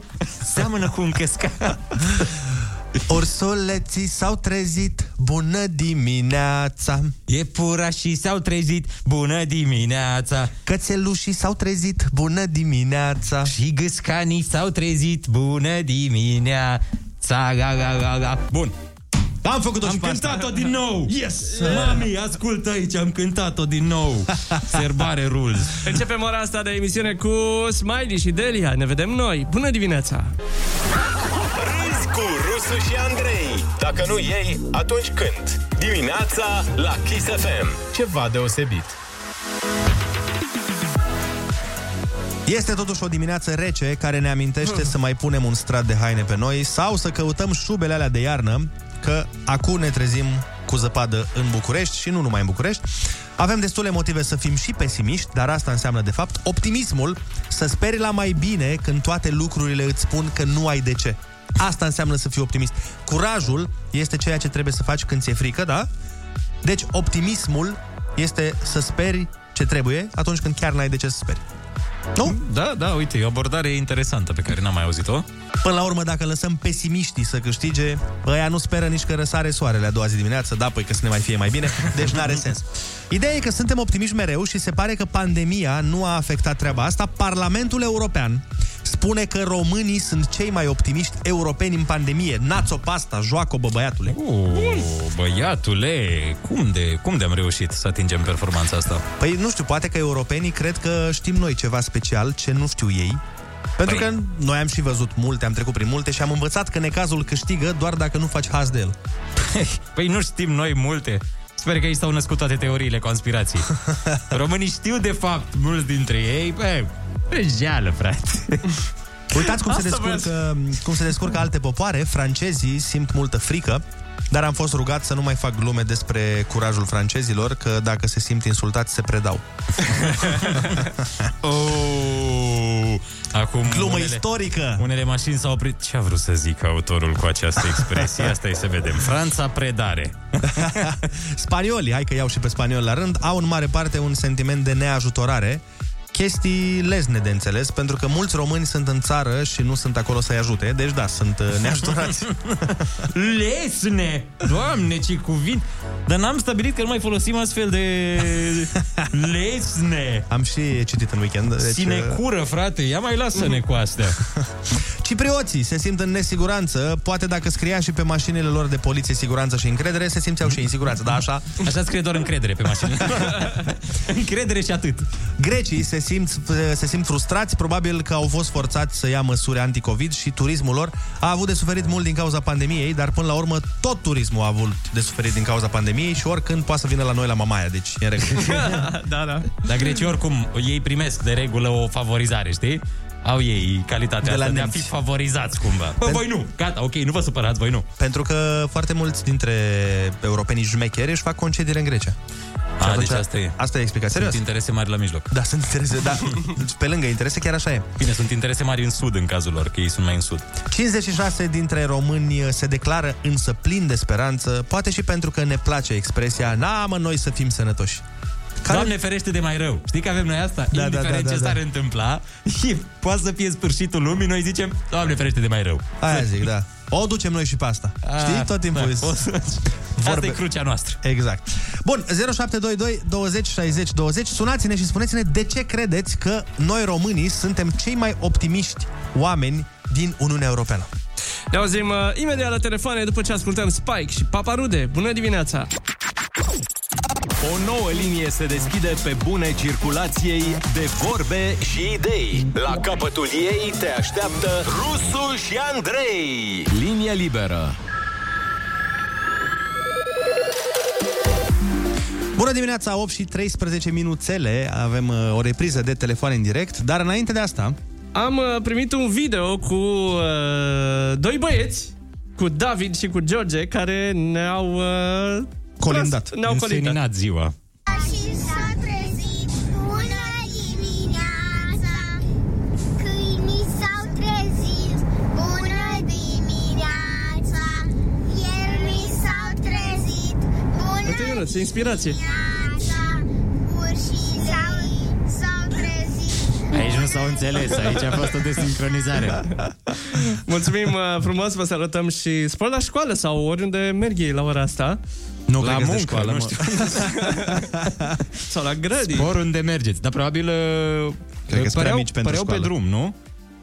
[SPEAKER 7] seamănă cu un căscat.
[SPEAKER 6] Ursuleții s-au trezit, bună dimineața!
[SPEAKER 7] E pura și s-au trezit, bună dimineața!
[SPEAKER 6] Cățelușii s-au trezit, bună dimineața!
[SPEAKER 7] Și gâscanii s-au trezit, bună dimineața! La, la, la, la. Bun,
[SPEAKER 6] Am făcut-o
[SPEAKER 7] Am
[SPEAKER 6] și pe asta.
[SPEAKER 7] cântat-o din nou! Yes! Mami, ascultă aici, am cântat-o din nou! Serbare rules!
[SPEAKER 8] Începem ora asta de emisiune cu Smiley și Delia. Ne vedem noi. Bună dimineața!
[SPEAKER 5] Râzi cu Rusu și Andrei. Dacă nu ei, atunci când? Dimineața la Kiss FM. Ceva deosebit.
[SPEAKER 6] Este totuși o dimineață rece care ne amintește să mai punem un strat de haine pe noi sau să căutăm șubele alea de iarnă, că acum ne trezim cu zăpadă în București și nu numai în București. Avem destule motive să fim și pesimiști, dar asta înseamnă de fapt optimismul, să speri la mai bine când toate lucrurile îți spun că nu ai de ce. Asta înseamnă să fii optimist. Curajul este ceea ce trebuie să faci când ți-e frică, da? Deci optimismul este să speri ce trebuie atunci când chiar n-ai de ce să speri. Nu?
[SPEAKER 7] Da, da, uite, e o abordare interesantă pe care n-am mai auzit-o.
[SPEAKER 6] Până la urmă, dacă lăsăm pesimiștii să câștige, ăia nu speră nici că răsare soarele a doua zi dimineață, da, păi că să ne mai fie mai bine, deci n-are sens. Ideea e că suntem optimiști mereu și se pare că pandemia nu a afectat treaba asta. Parlamentul European spune că românii sunt cei mai optimiști europeni în pandemie. Nați-o pasta, joacă-o, bă, băiatule.
[SPEAKER 7] Uh. Uuu, Oh, băiatule, cum de, cum de am reușit să atingem performanța asta?
[SPEAKER 6] Păi nu știu, poate că europenii cred că știm noi ceva special ce nu știu ei. Pentru
[SPEAKER 7] Păi-
[SPEAKER 6] că noi am și văzut multe, am trecut prin multe și am învățat că necazul câștigă doar dacă nu faci haz de el.
[SPEAKER 7] Păi nu știm noi multe. Sper că aici s-au născut toate teoriile conspirației. Românii știu de fapt, mulți dintre ei, bă, jeală, frate.
[SPEAKER 6] Uitați cum se,
[SPEAKER 7] Asta voiam
[SPEAKER 6] descurcă, cum se descurcă alte popoare. Francezii simt multă frică, dar am fost rugat să nu mai fac glume despre curajul francezilor, că dacă se simt insultați, se predau.
[SPEAKER 7] Oh, acum
[SPEAKER 6] Glumă
[SPEAKER 7] unele-
[SPEAKER 6] istorică!
[SPEAKER 7] Unele mașini s-au oprit. Ce a vrut să zic autorul cu această expresie? Asta e să vedem. Franța predare.
[SPEAKER 6] Spaniolii, hai că iau și pe spanioli la rând, au în mare parte un sentiment de neajutorare, chestii lezne de înțeles, pentru că mulți români sunt în țară și nu sunt acolo să-i ajute, deci da, sunt uh, neajutorați.
[SPEAKER 7] Lesne! Doamne, ce cuvint! Dar n-am stabilit că nu mai folosim astfel de... Lesne!
[SPEAKER 6] Am și citit în weekend. Deci, uh,
[SPEAKER 7] Sinecură, frate, ia mai lasă-ne cu astea.
[SPEAKER 6] Ciprioții se simt în nesiguranță, poate dacă scria și pe mașinile lor de poliție siguranță și încredere, se simțeau și în siguranță, da, așa?
[SPEAKER 7] Așa scrie doar încredere pe mașină. încredere și atât.
[SPEAKER 6] Grecii se simt, se simt frustrați, probabil că au fost forțați să ia măsuri anticovid și turismul lor a avut de suferit mult din cauza pandemiei, dar până la urmă tot turismul a avut de suferit din cauza pandemiei și oricând poate să vină la noi la Mamaia, deci e în regulă.
[SPEAKER 8] da, da.
[SPEAKER 7] Dar grecii oricum, ei primesc de regulă o favorizare, știi? Au ei calitatea
[SPEAKER 6] De la
[SPEAKER 7] asta de a fi
[SPEAKER 6] nemți.
[SPEAKER 7] favorizați cumva. Bă, voi nu, gata, ok, nu vă supărați, voi nu.
[SPEAKER 6] Pentru că foarte mulți dintre europenii jmecheri își fac concediere în Grecia. Și
[SPEAKER 7] A,
[SPEAKER 6] atunci-
[SPEAKER 7] deci asta e.
[SPEAKER 6] Asta e explicația.
[SPEAKER 7] Sunt
[SPEAKER 6] Serios?
[SPEAKER 7] interese mari la mijloc.
[SPEAKER 6] Da, sunt interese, da. Pe lângă interese, chiar așa e.
[SPEAKER 7] Bine, sunt interese mari în sud în cazul lor, că ei sunt mai în sud.
[SPEAKER 6] 56 dintre români se declară însă plini de speranță, poate și pentru că ne place expresia Na, mă, noi să fim sănătoși.
[SPEAKER 7] Care... Doamne ferește de mai rău. Știi că avem noi asta?
[SPEAKER 6] da,
[SPEAKER 7] Da, Indiferent da, da,
[SPEAKER 6] da,
[SPEAKER 7] ce
[SPEAKER 6] da.
[SPEAKER 7] s-ar întâmpla, e, poate să fie sfârșitul lumii, noi zicem, Doamne ferește de mai rău.
[SPEAKER 6] Aia zic, da. O ducem noi și pe asta. A, Știi? Tot timpul.
[SPEAKER 7] Da,
[SPEAKER 6] Da,
[SPEAKER 7] o să... Asta
[SPEAKER 6] Vorbe.
[SPEAKER 7] e crucea noastră.
[SPEAKER 6] Exact. Bun, 0722 20 60 20. Sunați-ne și spuneți-ne de ce credeți că noi românii suntem cei mai optimiști oameni din Uniunea Europeană.
[SPEAKER 8] Ne auzim uh, imediat la telefoane după ce ascultăm Spike și Paparude. Bună dimineața!
[SPEAKER 5] O nouă linie se deschide pe bune circulației de vorbe și idei. La capătul ei te așteaptă Rusu și Andrei. Linie liberă.
[SPEAKER 6] Bună dimineața, 8 și 13 minuțele, avem uh, o repriză de telefon în direct, dar înainte de asta...
[SPEAKER 8] Am uh, primit un video cu uh, doi băieți, cu David și cu George, care ne-au... Uh,
[SPEAKER 6] Colindat.
[SPEAKER 8] tras- Ne-au colindat.
[SPEAKER 7] Înseninat ziua.
[SPEAKER 12] Și s-a trezit bună dimineața Câinii s-au trezit bună dimineața Iernii s-au trezit bună
[SPEAKER 8] Uite, Ionuț, e inspirație.
[SPEAKER 12] dimineața Urșii s-au, s-au trezit
[SPEAKER 7] Aici nu s-au înțeles, aici a fost o desincronizare.
[SPEAKER 8] Mulțumim uh, frumos, vă salutăm și spor la școală sau oriunde merg ei la ora asta.
[SPEAKER 7] Nu,
[SPEAKER 8] La
[SPEAKER 7] la muncă,
[SPEAKER 8] muncă, mă.
[SPEAKER 7] școală, nu știu.
[SPEAKER 8] Sau la grădii.
[SPEAKER 7] Spor unde mergeți, dar probabil uh,
[SPEAKER 6] Cred că sunt prea
[SPEAKER 7] păreau,
[SPEAKER 6] mici pentru
[SPEAKER 7] păreau pe
[SPEAKER 6] școală.
[SPEAKER 7] drum, nu?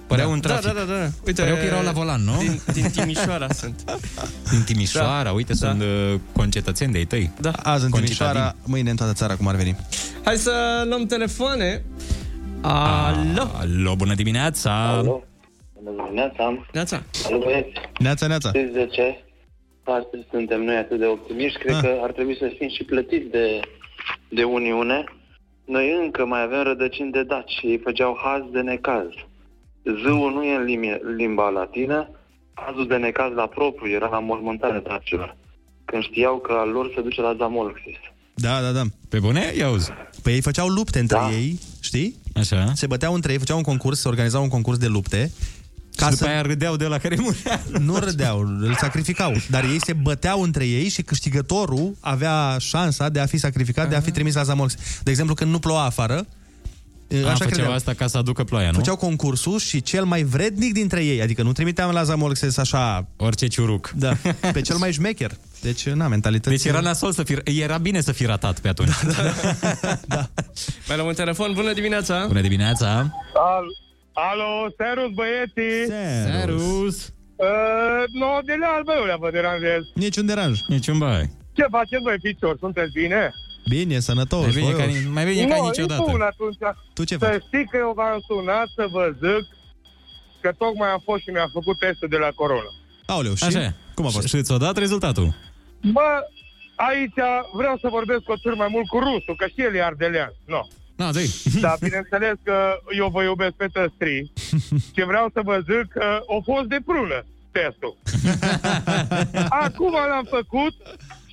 [SPEAKER 7] Păreau
[SPEAKER 8] da.
[SPEAKER 7] în trafic.
[SPEAKER 8] Da, da, da. da. Uite,
[SPEAKER 7] Păreau că erau la volan, nu?
[SPEAKER 8] Din, din Timișoara sunt.
[SPEAKER 7] Din Timișoara, da. uite, sunt uh, concetățeni de-ai tăi.
[SPEAKER 8] Da.
[SPEAKER 6] Azi în Timișoara, mâine în toată țara, cum ar veni.
[SPEAKER 8] Hai să luăm telefoane. Alo!
[SPEAKER 7] Alo, bună dimineața! Alo.
[SPEAKER 13] Bună dimineața!
[SPEAKER 8] Neața!
[SPEAKER 13] Salut băieți!
[SPEAKER 6] Neața, neața!
[SPEAKER 13] Știți de ce? Astăzi suntem noi atât de optimiști, cred că ar trebui să fim și plătiți de, de Uniune. Noi încă mai avem rădăcini de daci și ei făceau haz de necaz. Zâul nu e în lim- limba latină, hazul de necaz la propriu era la mormântarea dacilor. Când știau că al lor se duce la Zamolxis.
[SPEAKER 6] Da, da, da.
[SPEAKER 7] Pe bune? Ia uzi.
[SPEAKER 6] Păi ei făceau lupte între da. ei, știi?
[SPEAKER 7] Așa.
[SPEAKER 6] Se băteau între ei, făceau un concurs, se organizau un concurs de lupte. Ca
[SPEAKER 7] Și după aia râdeau de la care murea.
[SPEAKER 6] Nu râdeau, îl sacrificau. Dar ei se băteau între ei și câștigătorul avea șansa de a fi sacrificat, de a fi trimis la Zamolx. De exemplu, când nu ploua afară,
[SPEAKER 7] A,
[SPEAKER 6] așa
[SPEAKER 7] făceau
[SPEAKER 6] credeam.
[SPEAKER 7] asta ca să aducă ploaia, nu?
[SPEAKER 6] făceau concursul și cel mai vrednic dintre ei, adică nu trimiteam la Zamolxes așa...
[SPEAKER 7] Orice ciuruc.
[SPEAKER 6] Da, pe cel mai șmecher. Deci, na, mentalități...
[SPEAKER 7] Deci era nasol să fi, era bine să fi ratat pe atunci. Da, da.
[SPEAKER 8] Mai luăm un telefon. Bună dimineața!
[SPEAKER 7] Bună dimineața!
[SPEAKER 14] Al- Alo, serus băieții!
[SPEAKER 7] Serus!
[SPEAKER 14] Uh, no, de la albăiulea vă deranjez.
[SPEAKER 6] Niciun deranj.
[SPEAKER 7] Niciun bai.
[SPEAKER 14] Ce faceți voi, picior? Sunteți bine?
[SPEAKER 6] Bine, sănătos,
[SPEAKER 7] Mai bine ca
[SPEAKER 6] voioși.
[SPEAKER 7] ni- mai bine
[SPEAKER 14] nu, e bun atunci.
[SPEAKER 6] Tu ce
[SPEAKER 14] să
[SPEAKER 6] faci?
[SPEAKER 14] știi că eu v-am sunat să vă zic că tocmai am fost și mi-am făcut testul de la corona.
[SPEAKER 6] Aoleu, și?
[SPEAKER 7] Așa.
[SPEAKER 6] Cum a fost?
[SPEAKER 7] Și ți-a dat rezultatul.
[SPEAKER 14] Bă, aici vreau să vorbesc cu atât mai mult cu rusul, că și el e ardelean. No.
[SPEAKER 7] Na, zi.
[SPEAKER 14] Dar bineînțeles că eu vă iubesc pe tăstrii și vreau să vă zic că o fost de prună testul. Acum l-am făcut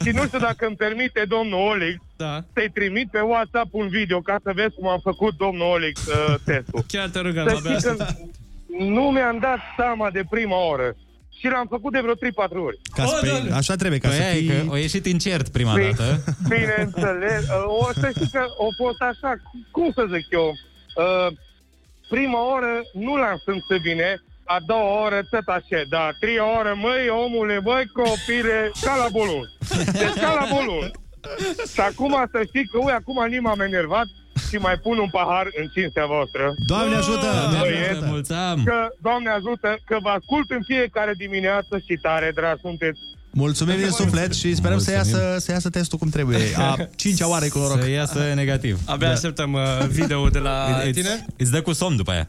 [SPEAKER 14] și nu știu dacă îmi permite domnul Oleg
[SPEAKER 8] da.
[SPEAKER 14] să-i trimit pe WhatsApp un video ca să vezi cum am făcut domnul Oleg uh, testul.
[SPEAKER 8] Chiar te rugam,
[SPEAKER 14] Să
[SPEAKER 8] abia
[SPEAKER 14] știi că
[SPEAKER 8] aștept.
[SPEAKER 14] nu mi-am dat seama de prima oră și l-am făcut de vreo 3-4 ori.
[SPEAKER 6] Ca să, păi, așa trebuie, ca
[SPEAKER 7] Păi
[SPEAKER 6] să
[SPEAKER 7] aia e
[SPEAKER 6] fii...
[SPEAKER 7] că o ieșit incert prima
[SPEAKER 14] Păi.
[SPEAKER 7] dată.
[SPEAKER 14] Bineînțeles, Ă, o să știi că o fost așa, cum să zic eu, uh, prima oră nu l-am sunt să bine, a doua oră tot așa, da, a treia oră, măi, omule, măi, copile, ca la bolun. Deci ca la bolun. Și acum să știi că, ui, acum nima m-a enervat și mai pun un pahar în cinstea voastră.
[SPEAKER 6] Doamne ajută!
[SPEAKER 14] Băieți, Că, Doamne ajută, că vă ascult în fiecare dimineață și tare, dragi sunteți.
[SPEAKER 6] Mulțumim din suflet și sperăm să
[SPEAKER 7] Mulțumim.
[SPEAKER 6] iasă, să iasă testul cum trebuie. A cincea oară e Da. cu noroc.
[SPEAKER 7] Să iasă negativ.
[SPEAKER 8] Abia așteptăm uh, video de la tine.
[SPEAKER 7] Îți, îți dă cu somn după aia.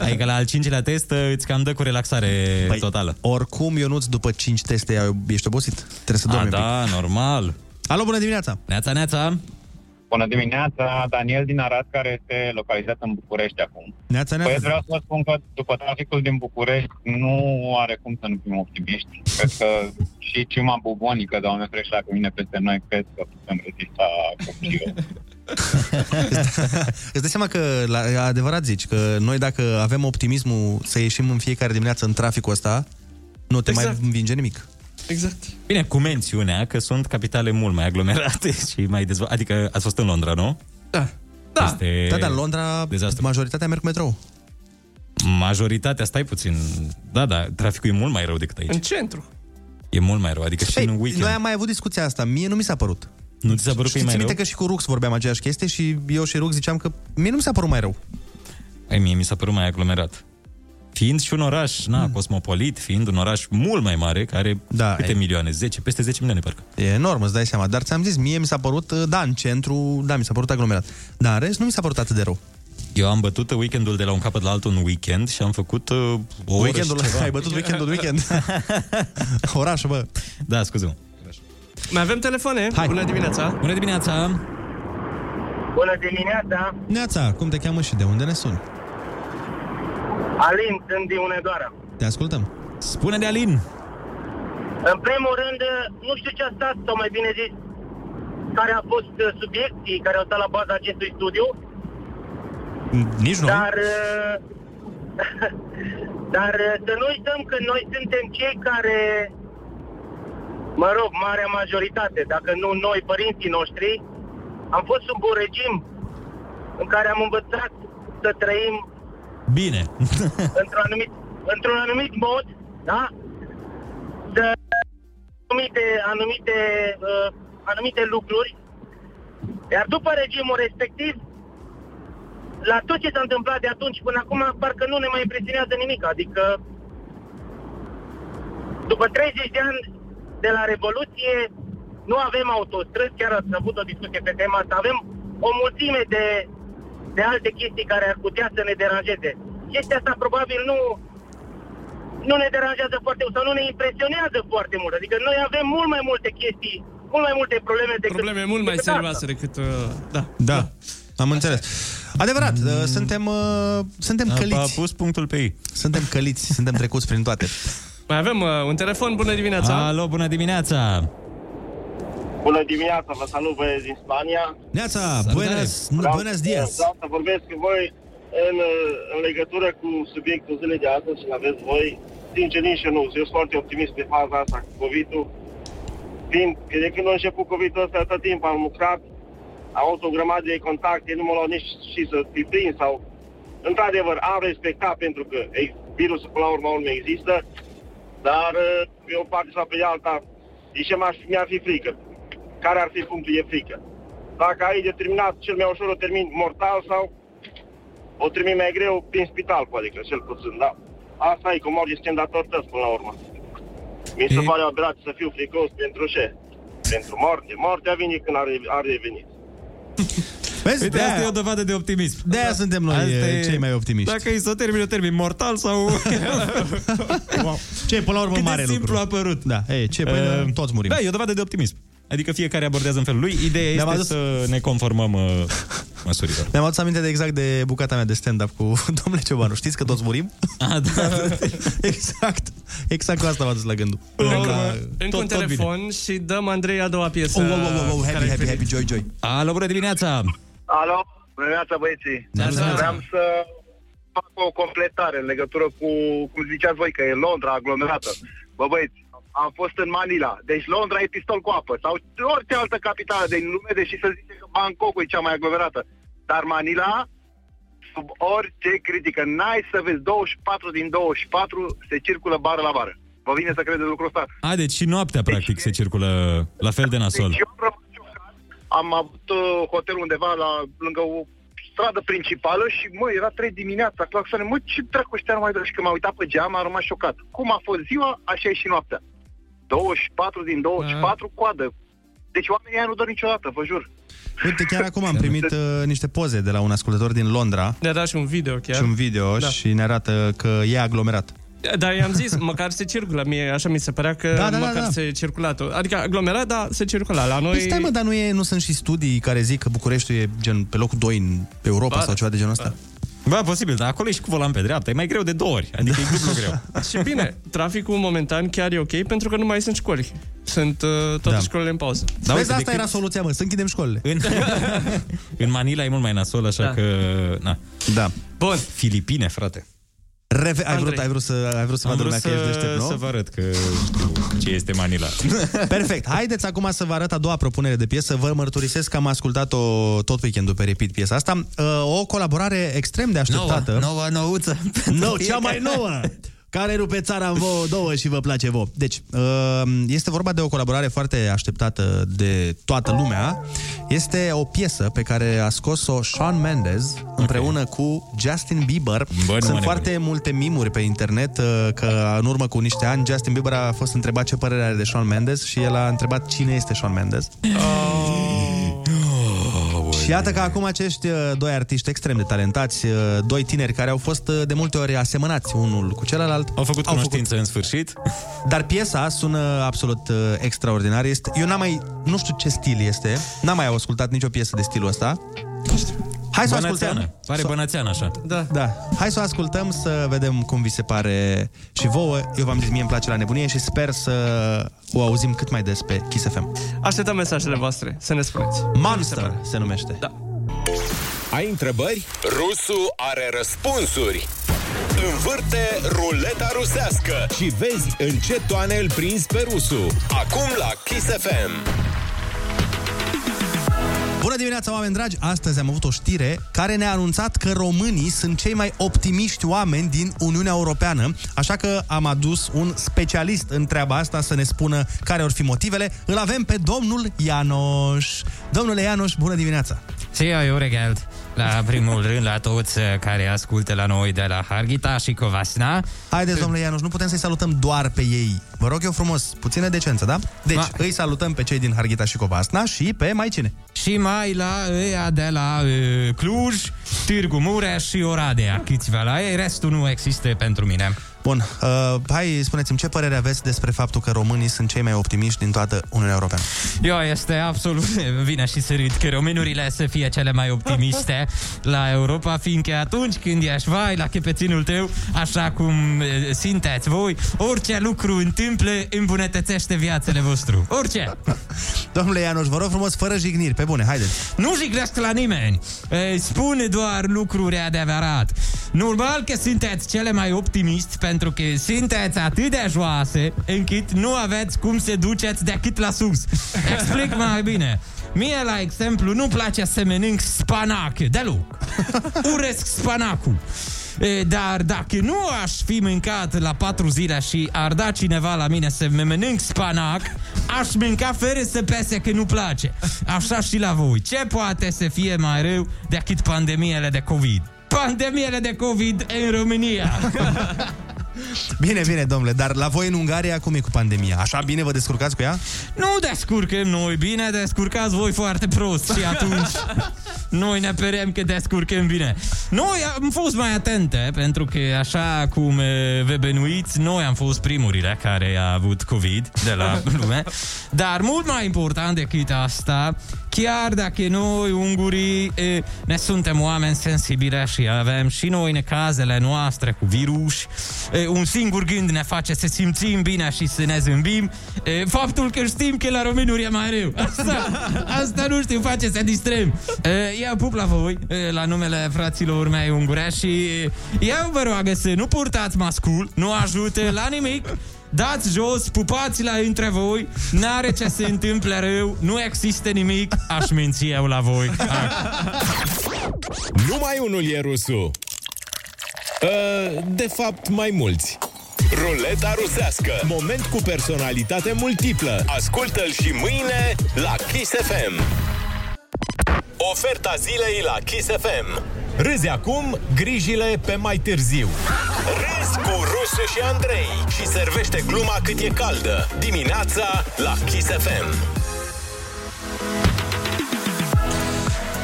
[SPEAKER 7] Adică la al cincilea test uh, îți cam dă cu relaxare păi, totală.
[SPEAKER 6] Oricum, Ionuț, după 5 teste, ai- ești obosit? Trebuie să
[SPEAKER 7] A,
[SPEAKER 6] dormi un
[SPEAKER 7] da, normal.
[SPEAKER 6] pic. Alo, bună dimineața!
[SPEAKER 7] Neața, neața.
[SPEAKER 15] Bună dimineața, Daniel din Arad, care este localizat în București acum.
[SPEAKER 6] Neața,
[SPEAKER 15] Păi
[SPEAKER 6] neața!
[SPEAKER 15] vreau să vă spun că după traficul din București nu are cum să nu fim optimiști. Cred că și ciuma bubonică, doamne frește, dacă vine peste noi, cred că putem rezista copilul.
[SPEAKER 6] Îți dai seama că, la, adevărat zici, că noi dacă avem optimismul să ieșim în fiecare dimineață în traficul ăsta, nu te
[SPEAKER 7] Exact.
[SPEAKER 6] mai învinge nimic.
[SPEAKER 8] Exact.
[SPEAKER 7] Bine, cu mențiunea că sunt capitale mult mai aglomerate și mai dezvoltate. Adică ați fost în Londra, nu?
[SPEAKER 8] Da.
[SPEAKER 7] Da. Este...
[SPEAKER 6] Da, dar în Londra Dezastru. majoritatea merg cu metrou.
[SPEAKER 7] Majoritatea, stai puțin. Da, da, traficul e mult mai rău decât aici.
[SPEAKER 8] În centru.
[SPEAKER 7] E mult mai rău, adică și
[SPEAKER 6] Ei,
[SPEAKER 7] în weekend.
[SPEAKER 6] Păi, Noi am mai avut discuția asta, mie nu mi s-a părut.
[SPEAKER 7] Nu ți s-a părut că e
[SPEAKER 6] Știți
[SPEAKER 7] mai
[SPEAKER 6] minte că
[SPEAKER 7] rău?
[SPEAKER 6] și cu Rux vorbeam aceeași chestie și eu și Rux ziceam că mie nu mi s-a părut mai rău.
[SPEAKER 7] Ai, mie mi s-a părut mai aglomerat. Fiind și un oraș, na,
[SPEAKER 6] Hmm.
[SPEAKER 7] mm. cosmopolit, fiind un oraș mult mai mare, care da, câte
[SPEAKER 6] e-
[SPEAKER 7] milioane? 10, peste 10 milioane, parcă.
[SPEAKER 6] E enorm, îți dai seama, dar ți-am zis, mie mi s-a părut, da, în centru, da, mi s-a părut aglomerat. Dar în rest nu mi s-a părut atât de rău.
[SPEAKER 7] Eu am bătut weekendul de la un capăt la altul un weekend și am făcut uh, o oră
[SPEAKER 6] Weekendul,
[SPEAKER 7] și ceva.
[SPEAKER 6] ai bătut weekendul de weekend. Orașul, bă.
[SPEAKER 7] Da, scuze
[SPEAKER 8] Mai avem telefoane. Hai. Bună dimineața.
[SPEAKER 7] Bună dimineața.
[SPEAKER 16] Bună dimineața,
[SPEAKER 6] Neața, cum te cheamă și de unde ne suni?
[SPEAKER 16] Alin, sunt din Unedoara.
[SPEAKER 6] Te ascultăm.
[SPEAKER 7] Spune de Alin.
[SPEAKER 16] În primul rând, nu știu ce a stat, sau mai bine zis, care a fost uh, subiectii care au stat la baza acestui studiu,
[SPEAKER 7] Nici noi.
[SPEAKER 16] dar, uh, dar uh, să nu uităm că noi suntem cei care, mă rog, marea majoritate, dacă nu noi, părinții noștri, am fost sub un regim în care am învățat să trăim
[SPEAKER 7] Bine.
[SPEAKER 16] într-un anumit, într-un anumit mod, da? De anumite, anumite, uh, anumite lucruri. Iar după regimul respectiv, la tot ce s-a întâmplat de atunci până acum, parcă nu ne mai impresionează nimic. Adică, după 30 de ani de la Revoluție, nu avem autostrăzi, chiar ați avut o discuție pe tema asta, avem o mulțime de, de alte chestii care ar putea să ne deranjeze. Chestia asta probabil nu, nu ne deranjează foarte mult sau nu ne impresionează foarte mult. Adică noi avem mult mai multe chestii, mult mai multe probleme decât...
[SPEAKER 8] Probleme mult mai
[SPEAKER 16] decât
[SPEAKER 8] serioase decât... Uh, da.
[SPEAKER 6] Da, am înțeles. Adevărat, mm. suntem, uh, suntem căliți. A pus punctul pe ei. Suntem căliți, suntem trecuți prin toate.
[SPEAKER 8] Mai avem uh, un telefon. Bună dimineața.
[SPEAKER 7] Alo, bună dimineața.
[SPEAKER 16] Bună dimineața, vă salut băieți din Spania.
[SPEAKER 6] Neața, buenas, buenas dias.
[SPEAKER 16] Vreau să vorbesc cu voi în, uh, în legătură cu subiectul zilei de astăzi și aveți voi. Sincer, nici eu nu. Eu sunt foarte optimist pe faza asta cu COVID-ul. Fiind că de când a început COVID-ul ăsta, tot timpul am lucrat, am avut o grămadă de contacte, nu mă luau nici și să fi prins sau... Într-adevăr, am respectat pentru că ei, virusul până la urma urmei există, dar uh, pe o parte sau pe alta, nici eu m-aș- mi-ar fi frică care ar fi punctul e frică. Dacă ai determinat cel mai ușor, o termin mortal sau o termin mai greu prin spital, poate că cel puțin, da? Asta e, cum morgi suntem dator tăți până la urmă. Mi se pare o aberație să fiu fricos pentru ce? Pentru moarte. Moartea vine când are, are venit.
[SPEAKER 6] Vezi,
[SPEAKER 7] Uite,
[SPEAKER 6] de-aia-
[SPEAKER 7] asta e o dovadă de optimism.
[SPEAKER 6] De-aia suntem noi, e, cei mai optimiști.
[SPEAKER 7] Dacă e să o termin, o termin mortal sau...
[SPEAKER 6] Ce e, până la urmă,
[SPEAKER 7] Cât
[SPEAKER 6] mare
[SPEAKER 7] de simplu
[SPEAKER 6] lucru.
[SPEAKER 7] a apărut.
[SPEAKER 6] Da, e, ce, păi, noi toți murim.
[SPEAKER 7] Da, e o dovadă de optimism. Adică fiecare abordează în felul lui. Ideea
[SPEAKER 6] Ne-am
[SPEAKER 7] este
[SPEAKER 6] adus-
[SPEAKER 7] să ne conformăm uh, măsurilor.
[SPEAKER 6] Mi-am adus aminte de exact de bucata mea de stand-up cu domnule Ciobanu. Știți că toți murim?
[SPEAKER 7] A, da.
[SPEAKER 6] exact. Exact cu asta m-a dus la gândul.
[SPEAKER 8] Încă, încă un telefon și dăm Andrei a doua piesă.
[SPEAKER 6] Oh, oh, oh, oh, oh, happy,
[SPEAKER 8] care e
[SPEAKER 6] happy,
[SPEAKER 8] pe-
[SPEAKER 6] happy, joy, joy.
[SPEAKER 7] Alo, bună dimineața!
[SPEAKER 17] Alo, bună dimineața băieții.
[SPEAKER 7] Neața.
[SPEAKER 17] Vreau să fac o completare în legătură cu, cum ziceați voi, că e Londra aglomerată. Bă băieți, am fost în Manila, deci Londra e pistol cu apă sau orice altă capitală din lume, deși să zice că Bangkok e cea mai aglomerată. Dar Manila, sub orice critică, n-ai să vezi 24 din 24 se circulă bară la bară. Vă vine să credeți lucrul ăsta?
[SPEAKER 7] A, deci și noaptea, practic, se circulă la fel de nasol.
[SPEAKER 17] Deci eu am rămas șocat. am avut uh, hotel undeva la, lângă o stradă principală și, mă, era 3 dimineața, claxoane, mă, ce dracu ăștia nu mai dau? Și când m-am uitat pe geam, am rămas șocat. Cum a fost ziua, așa e și noaptea. 24 din 24
[SPEAKER 6] Da.
[SPEAKER 17] coadă. Deci oamenii aia nu dorm niciodată, vă jur.
[SPEAKER 6] Uite, chiar acum am primit uh, niște poze de la un ascultător din Londra
[SPEAKER 8] Ne-a dat și un video chiar.
[SPEAKER 6] și un video
[SPEAKER 8] Da.
[SPEAKER 6] și ne arată că e aglomerat.
[SPEAKER 8] Dar i-am zis, măcar se circulă. Mie așa mi se părea că
[SPEAKER 6] Da, da, da,
[SPEAKER 8] măcar
[SPEAKER 6] da.
[SPEAKER 8] se circula tot. Adică aglomerat, dar se circula. La noi...
[SPEAKER 6] Păi stai mă, dar nu, e, nu sunt și studii care zic că Bucureștiul e gen pe locul 2 în Europa
[SPEAKER 7] Ba,
[SPEAKER 6] sau ceva de genul ăsta?
[SPEAKER 7] Ba, posibil, dar acolo e și cu volan pe dreapta. E mai greu de două ori. Adică e dublu greu.
[SPEAKER 8] Și bine, traficul momentan chiar e ok pentru că nu mai sunt școli. Sunt uh, toate
[SPEAKER 7] Da.
[SPEAKER 8] școlile în pauză.
[SPEAKER 7] Da, Vezi, uite, asta de era
[SPEAKER 6] Era soluția, mă, să închidem școlile.
[SPEAKER 7] În... În Manila e mult mai nasol, așa
[SPEAKER 6] Da.
[SPEAKER 7] că... Na.
[SPEAKER 6] Da.
[SPEAKER 8] Bun.
[SPEAKER 7] Filipine, frate.
[SPEAKER 6] Reve- ai, vrut, ai vrut să, ai vrut să
[SPEAKER 7] Am
[SPEAKER 6] vadă
[SPEAKER 7] vrut
[SPEAKER 6] lumea că ești deștept, nu?
[SPEAKER 7] să vă arăt că știu ce este Manila.
[SPEAKER 6] Perfect. Haideți acum să vă arăt a doua propunere de piesă. Vă mărturisesc că am ascultat-o tot weekendul pe repeat piesa asta. Uh, O colaborare extrem de așteptată.
[SPEAKER 7] Nouă, nouă nouță.
[SPEAKER 6] Nou, cea mai nouă! Care rupe țara în vouă două și vă place vouă. Deci, uh, este vorba de o colaborare foarte așteptată de toată lumea. Este o piesă pe care a scos-o Shawn Mendes împreună cu Justin Bieber.
[SPEAKER 7] mă
[SPEAKER 6] Sunt
[SPEAKER 7] nebuni.
[SPEAKER 6] foarte multe mimuri pe internet uh, că în urmă cu niște ani Justin Bieber a fost întrebat ce părere are de Shawn Mendes și el a întrebat cine este Shawn Mendes.
[SPEAKER 7] Oh,
[SPEAKER 6] Și iată că acum acești uh, doi artiști extrem de talentați, uh, doi tineri care au fost uh, de multe ori asemănați unul cu celălalt. Au făcut
[SPEAKER 18] cunoștință în sfârșit.
[SPEAKER 6] Dar piesa sună absolut uh, extraordinar. Este, eu n-am mai, nu știu ce stil este, n-am mai ascultat nicio piesă de stilul ăsta. Hai să o ascultăm.
[SPEAKER 18] Bănățeană. Pare
[SPEAKER 6] Să-
[SPEAKER 18] bănățeană așa.
[SPEAKER 6] da. da. Hai să o ascultăm să vedem cum vi se pare și vouă. Eu v-am zis, mie îmi place la nebunie și sper să o auzim cât mai des pe Kiss FM.
[SPEAKER 19] Așteptăm mesajele voastre, să ne spuneți.
[SPEAKER 6] Monster se numește. Da.
[SPEAKER 5] Ai întrebări? Rusu are răspunsuri. Învârte ruleta rusească și vezi în ce toane îl prins pe Rusu. Acum la Kiss FM.
[SPEAKER 6] Bună dimineața, oameni dragi! Astăzi am avut o știre care ne-a anunțat că românii sunt cei mai optimiști oameni din Uniunea Europeană, așa că am adus un specialist în treaba asta să ne spună care or fi motivele. Îl avem pe domnul Ianoș. Domnule Ianoș, bună dimineața!
[SPEAKER 7] Ția Iuregeld, la primul rând la toți uh, care ascultă la noi de la Harghita și Covasna.
[SPEAKER 6] Haideți, domnule Ianoș, nu putem să-i salutăm doar pe ei. Vă rog eu frumos, puțină decență, da? Deci, Ma... îi salutăm pe cei din Harghita și Covasna și pe mai cine?
[SPEAKER 7] Și mai la ea de la uh, Cluj, Târgu Mureș și Oradea, câțiva la ei, restul nu există pentru mine.
[SPEAKER 6] Bun, uh, hai spuneți-mi ce părere aveți despre faptul că românii sunt cei mai optimiști din toată Uniunea Europeană?
[SPEAKER 7] Eu este absolut vina și să râd că românurile să fie cele mai optimiste la Europa, fiindcă atunci când ești vai la căpeținul tău, așa cum e, sunteți voi, orice lucru întâmplă îmbunătățește viațele vostru. Orice.
[SPEAKER 6] Domnule Ianoș, vă rog frumos, fără jigniri, pe bune, haideți.
[SPEAKER 7] Nu jignesc la nimeni. E, Spune doar lucruri adevărat. Normal că sunteți cele mai optimisti pentru că sunteți atât de joase încât nu aveți cum să duceți decât la sus. Explic mai bine. Mie, la exemplu, nu place să mănânc spanac deloc. Urăsc spanacul. E, Dar dacă nu aș fi mâncat la patru zile și ar da cineva la mine să mă mănânc spanac, aș mânca fără să pese că nu place. Așa și la voi. Ce poate să fie mai rău decât pandemiile de COVID? Pandemiile de COVID în România.
[SPEAKER 6] Bine, bine, domnule, dar la voi în Ungaria cum e cu pandemia? Așa bine vă descurcați cu ea?
[SPEAKER 7] nu descurcăm noi bine, descurcați voi foarte prost și atunci noi ne perem că descurcăm bine. Noi am fost mai atente, pentru că așa cum e, vă bănuiți, noi am fost primurile care a avut COVID de la lume. Dar mult mai important decât asta, chiar dacă noi ungurii e, ne suntem oameni sensibile și avem și noi în cazele noastre cu virus, e, un singur gând ne face să simțim bine și să ne zâmbim, e, faptul că știm că la românuri e mai rău. Asta, asta nu știu, face să distrem. E, Eu pup la voi, e, la numele fraților mei ungurești și e, eu vă rog să nu purtați mascul, nu ajută la nimic, Dați jos, pupați la între voi, n-are ce se întâmple rău, nu există nimic, aș minți eu la voi.
[SPEAKER 5] Numai unul e rusul. Uh, De fapt, mai mulți. Ruleta rusească. Moment cu personalitate multiplă. Ascultă-l și mâine la Kiss FM. Oferta zilei la Kiss FM. Râzi acum, grijile pe mai târziu. Râzi cu Rusu și Andrei și servește gluma cât e caldă. Dimineața la Kiss FM.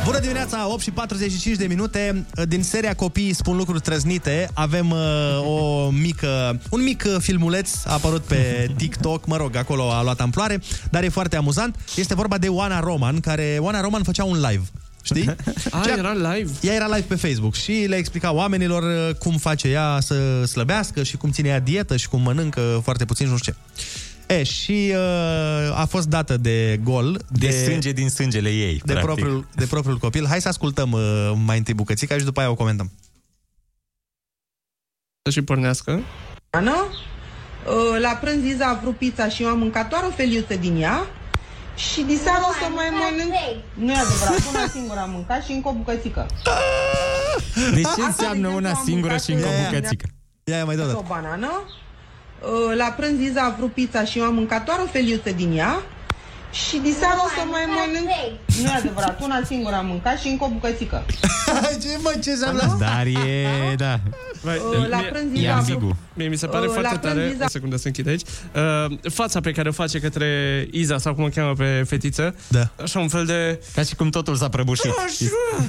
[SPEAKER 6] Bună dimineața, 8 și 45 de minute. Din seria Copiii spun lucruri trăznite, avem uh, o mică, un mic uh, filmuleț apărut pe TikTok, mă rog, acolo a luat amploare, dar e foarte amuzant. Este vorba de Oana Roman, care Oana Roman făcea un live. Știi?
[SPEAKER 19] A, era live?
[SPEAKER 6] Ea era live pe Facebook și le explica oamenilor uh, cum face ea să slăbească și cum ține ea dietă și cum mănâncă foarte puțin și nu știu ce. E, și uh, a fost dată de gol
[SPEAKER 18] De, de sânge din sângele ei,
[SPEAKER 6] de
[SPEAKER 18] practic.
[SPEAKER 6] propriul, de propriul copil. Hai să ascultăm uh, mai întâi bucățica și după aia o comentăm.
[SPEAKER 19] Să și pornească.
[SPEAKER 20] Ana. Uh, La prânz Iza a vrut pizza și eu am mâncat doar o feliuță din ea. Și diseară o să mai mănânc... Nu e adevărat, una singură am mâncat și încă o bucățică.
[SPEAKER 18] Deci
[SPEAKER 20] Asta,
[SPEAKER 18] ce
[SPEAKER 20] de
[SPEAKER 18] înseamnă
[SPEAKER 20] exemplu,
[SPEAKER 18] una
[SPEAKER 20] am
[SPEAKER 18] singură
[SPEAKER 20] mâncat
[SPEAKER 18] și încă
[SPEAKER 20] o-
[SPEAKER 18] o bucățică?
[SPEAKER 6] Ia, ia mai
[SPEAKER 20] O banană. Uh, La prânz Iza a vrut pizza și eu am mâncat doar o feliuță din ea. Și diseară o să mai mănânc... Nu e adevărat, una singură am mâncat și încă o bucățică.
[SPEAKER 6] ce mă, ce
[SPEAKER 20] înseamnă
[SPEAKER 7] Dar e, da.
[SPEAKER 20] Uh, la prânz
[SPEAKER 7] e
[SPEAKER 20] era-
[SPEAKER 7] ambigu.
[SPEAKER 8] Mie mi se pare
[SPEAKER 20] Uh,
[SPEAKER 8] foarte
[SPEAKER 20] la
[SPEAKER 8] tare,
[SPEAKER 20] Prânziza-
[SPEAKER 8] o secundă să închid aici, uh, fața pe care o face către Iza, sau cum o cheamă pe fetiță,
[SPEAKER 6] da.
[SPEAKER 8] așa un fel de...
[SPEAKER 7] Ca și cum totul s-a prăbușit.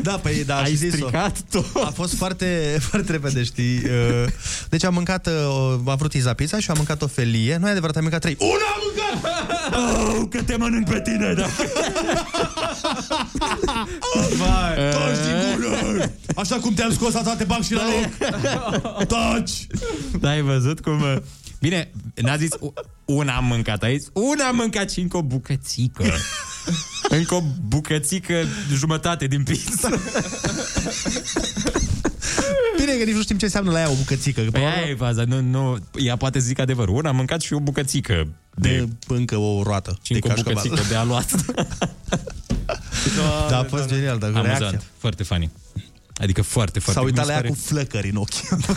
[SPEAKER 6] Da, păi da,
[SPEAKER 7] Ai
[SPEAKER 6] și zis-o.
[SPEAKER 7] stricat tot.
[SPEAKER 6] A fost foarte, foarte repede, știi? Uh, Deci am mâncat, uh, a vrut Iza pizza și am mâncat o felie. Nu e adevărat, am mâncat trei. Una am mâncat! Oh, că te mănânc pe tine, da. Vai,
[SPEAKER 7] toți
[SPEAKER 6] din gură! Așa cum te-am scos, asta te bag și la loc! Taci!
[SPEAKER 7] Da, ai văzut cum... uh, Bine, n-a zis u- una am mâncat aici, una am mâncat și încă o bucățică. încă o bucățică jumătate din pizza.
[SPEAKER 6] Bine că nici nu știm ce înseamnă la ea o bucățică. că pe
[SPEAKER 7] Păi
[SPEAKER 6] la urmă-
[SPEAKER 7] aia e faza, nu, nu, ea poate zic adevărul. Una am mâncat și o bucățică de...
[SPEAKER 6] încă o roată.
[SPEAKER 7] Și încă o
[SPEAKER 6] cașcaval.
[SPEAKER 7] bucățică de aluat.
[SPEAKER 6] Da, a fost genial, dar reacția.
[SPEAKER 7] Amuzant, foarte funny. Adică foarte, foarte
[SPEAKER 6] S-a uitat la
[SPEAKER 7] mi se
[SPEAKER 6] ea
[SPEAKER 7] pare-
[SPEAKER 6] cu flăcări în ochi.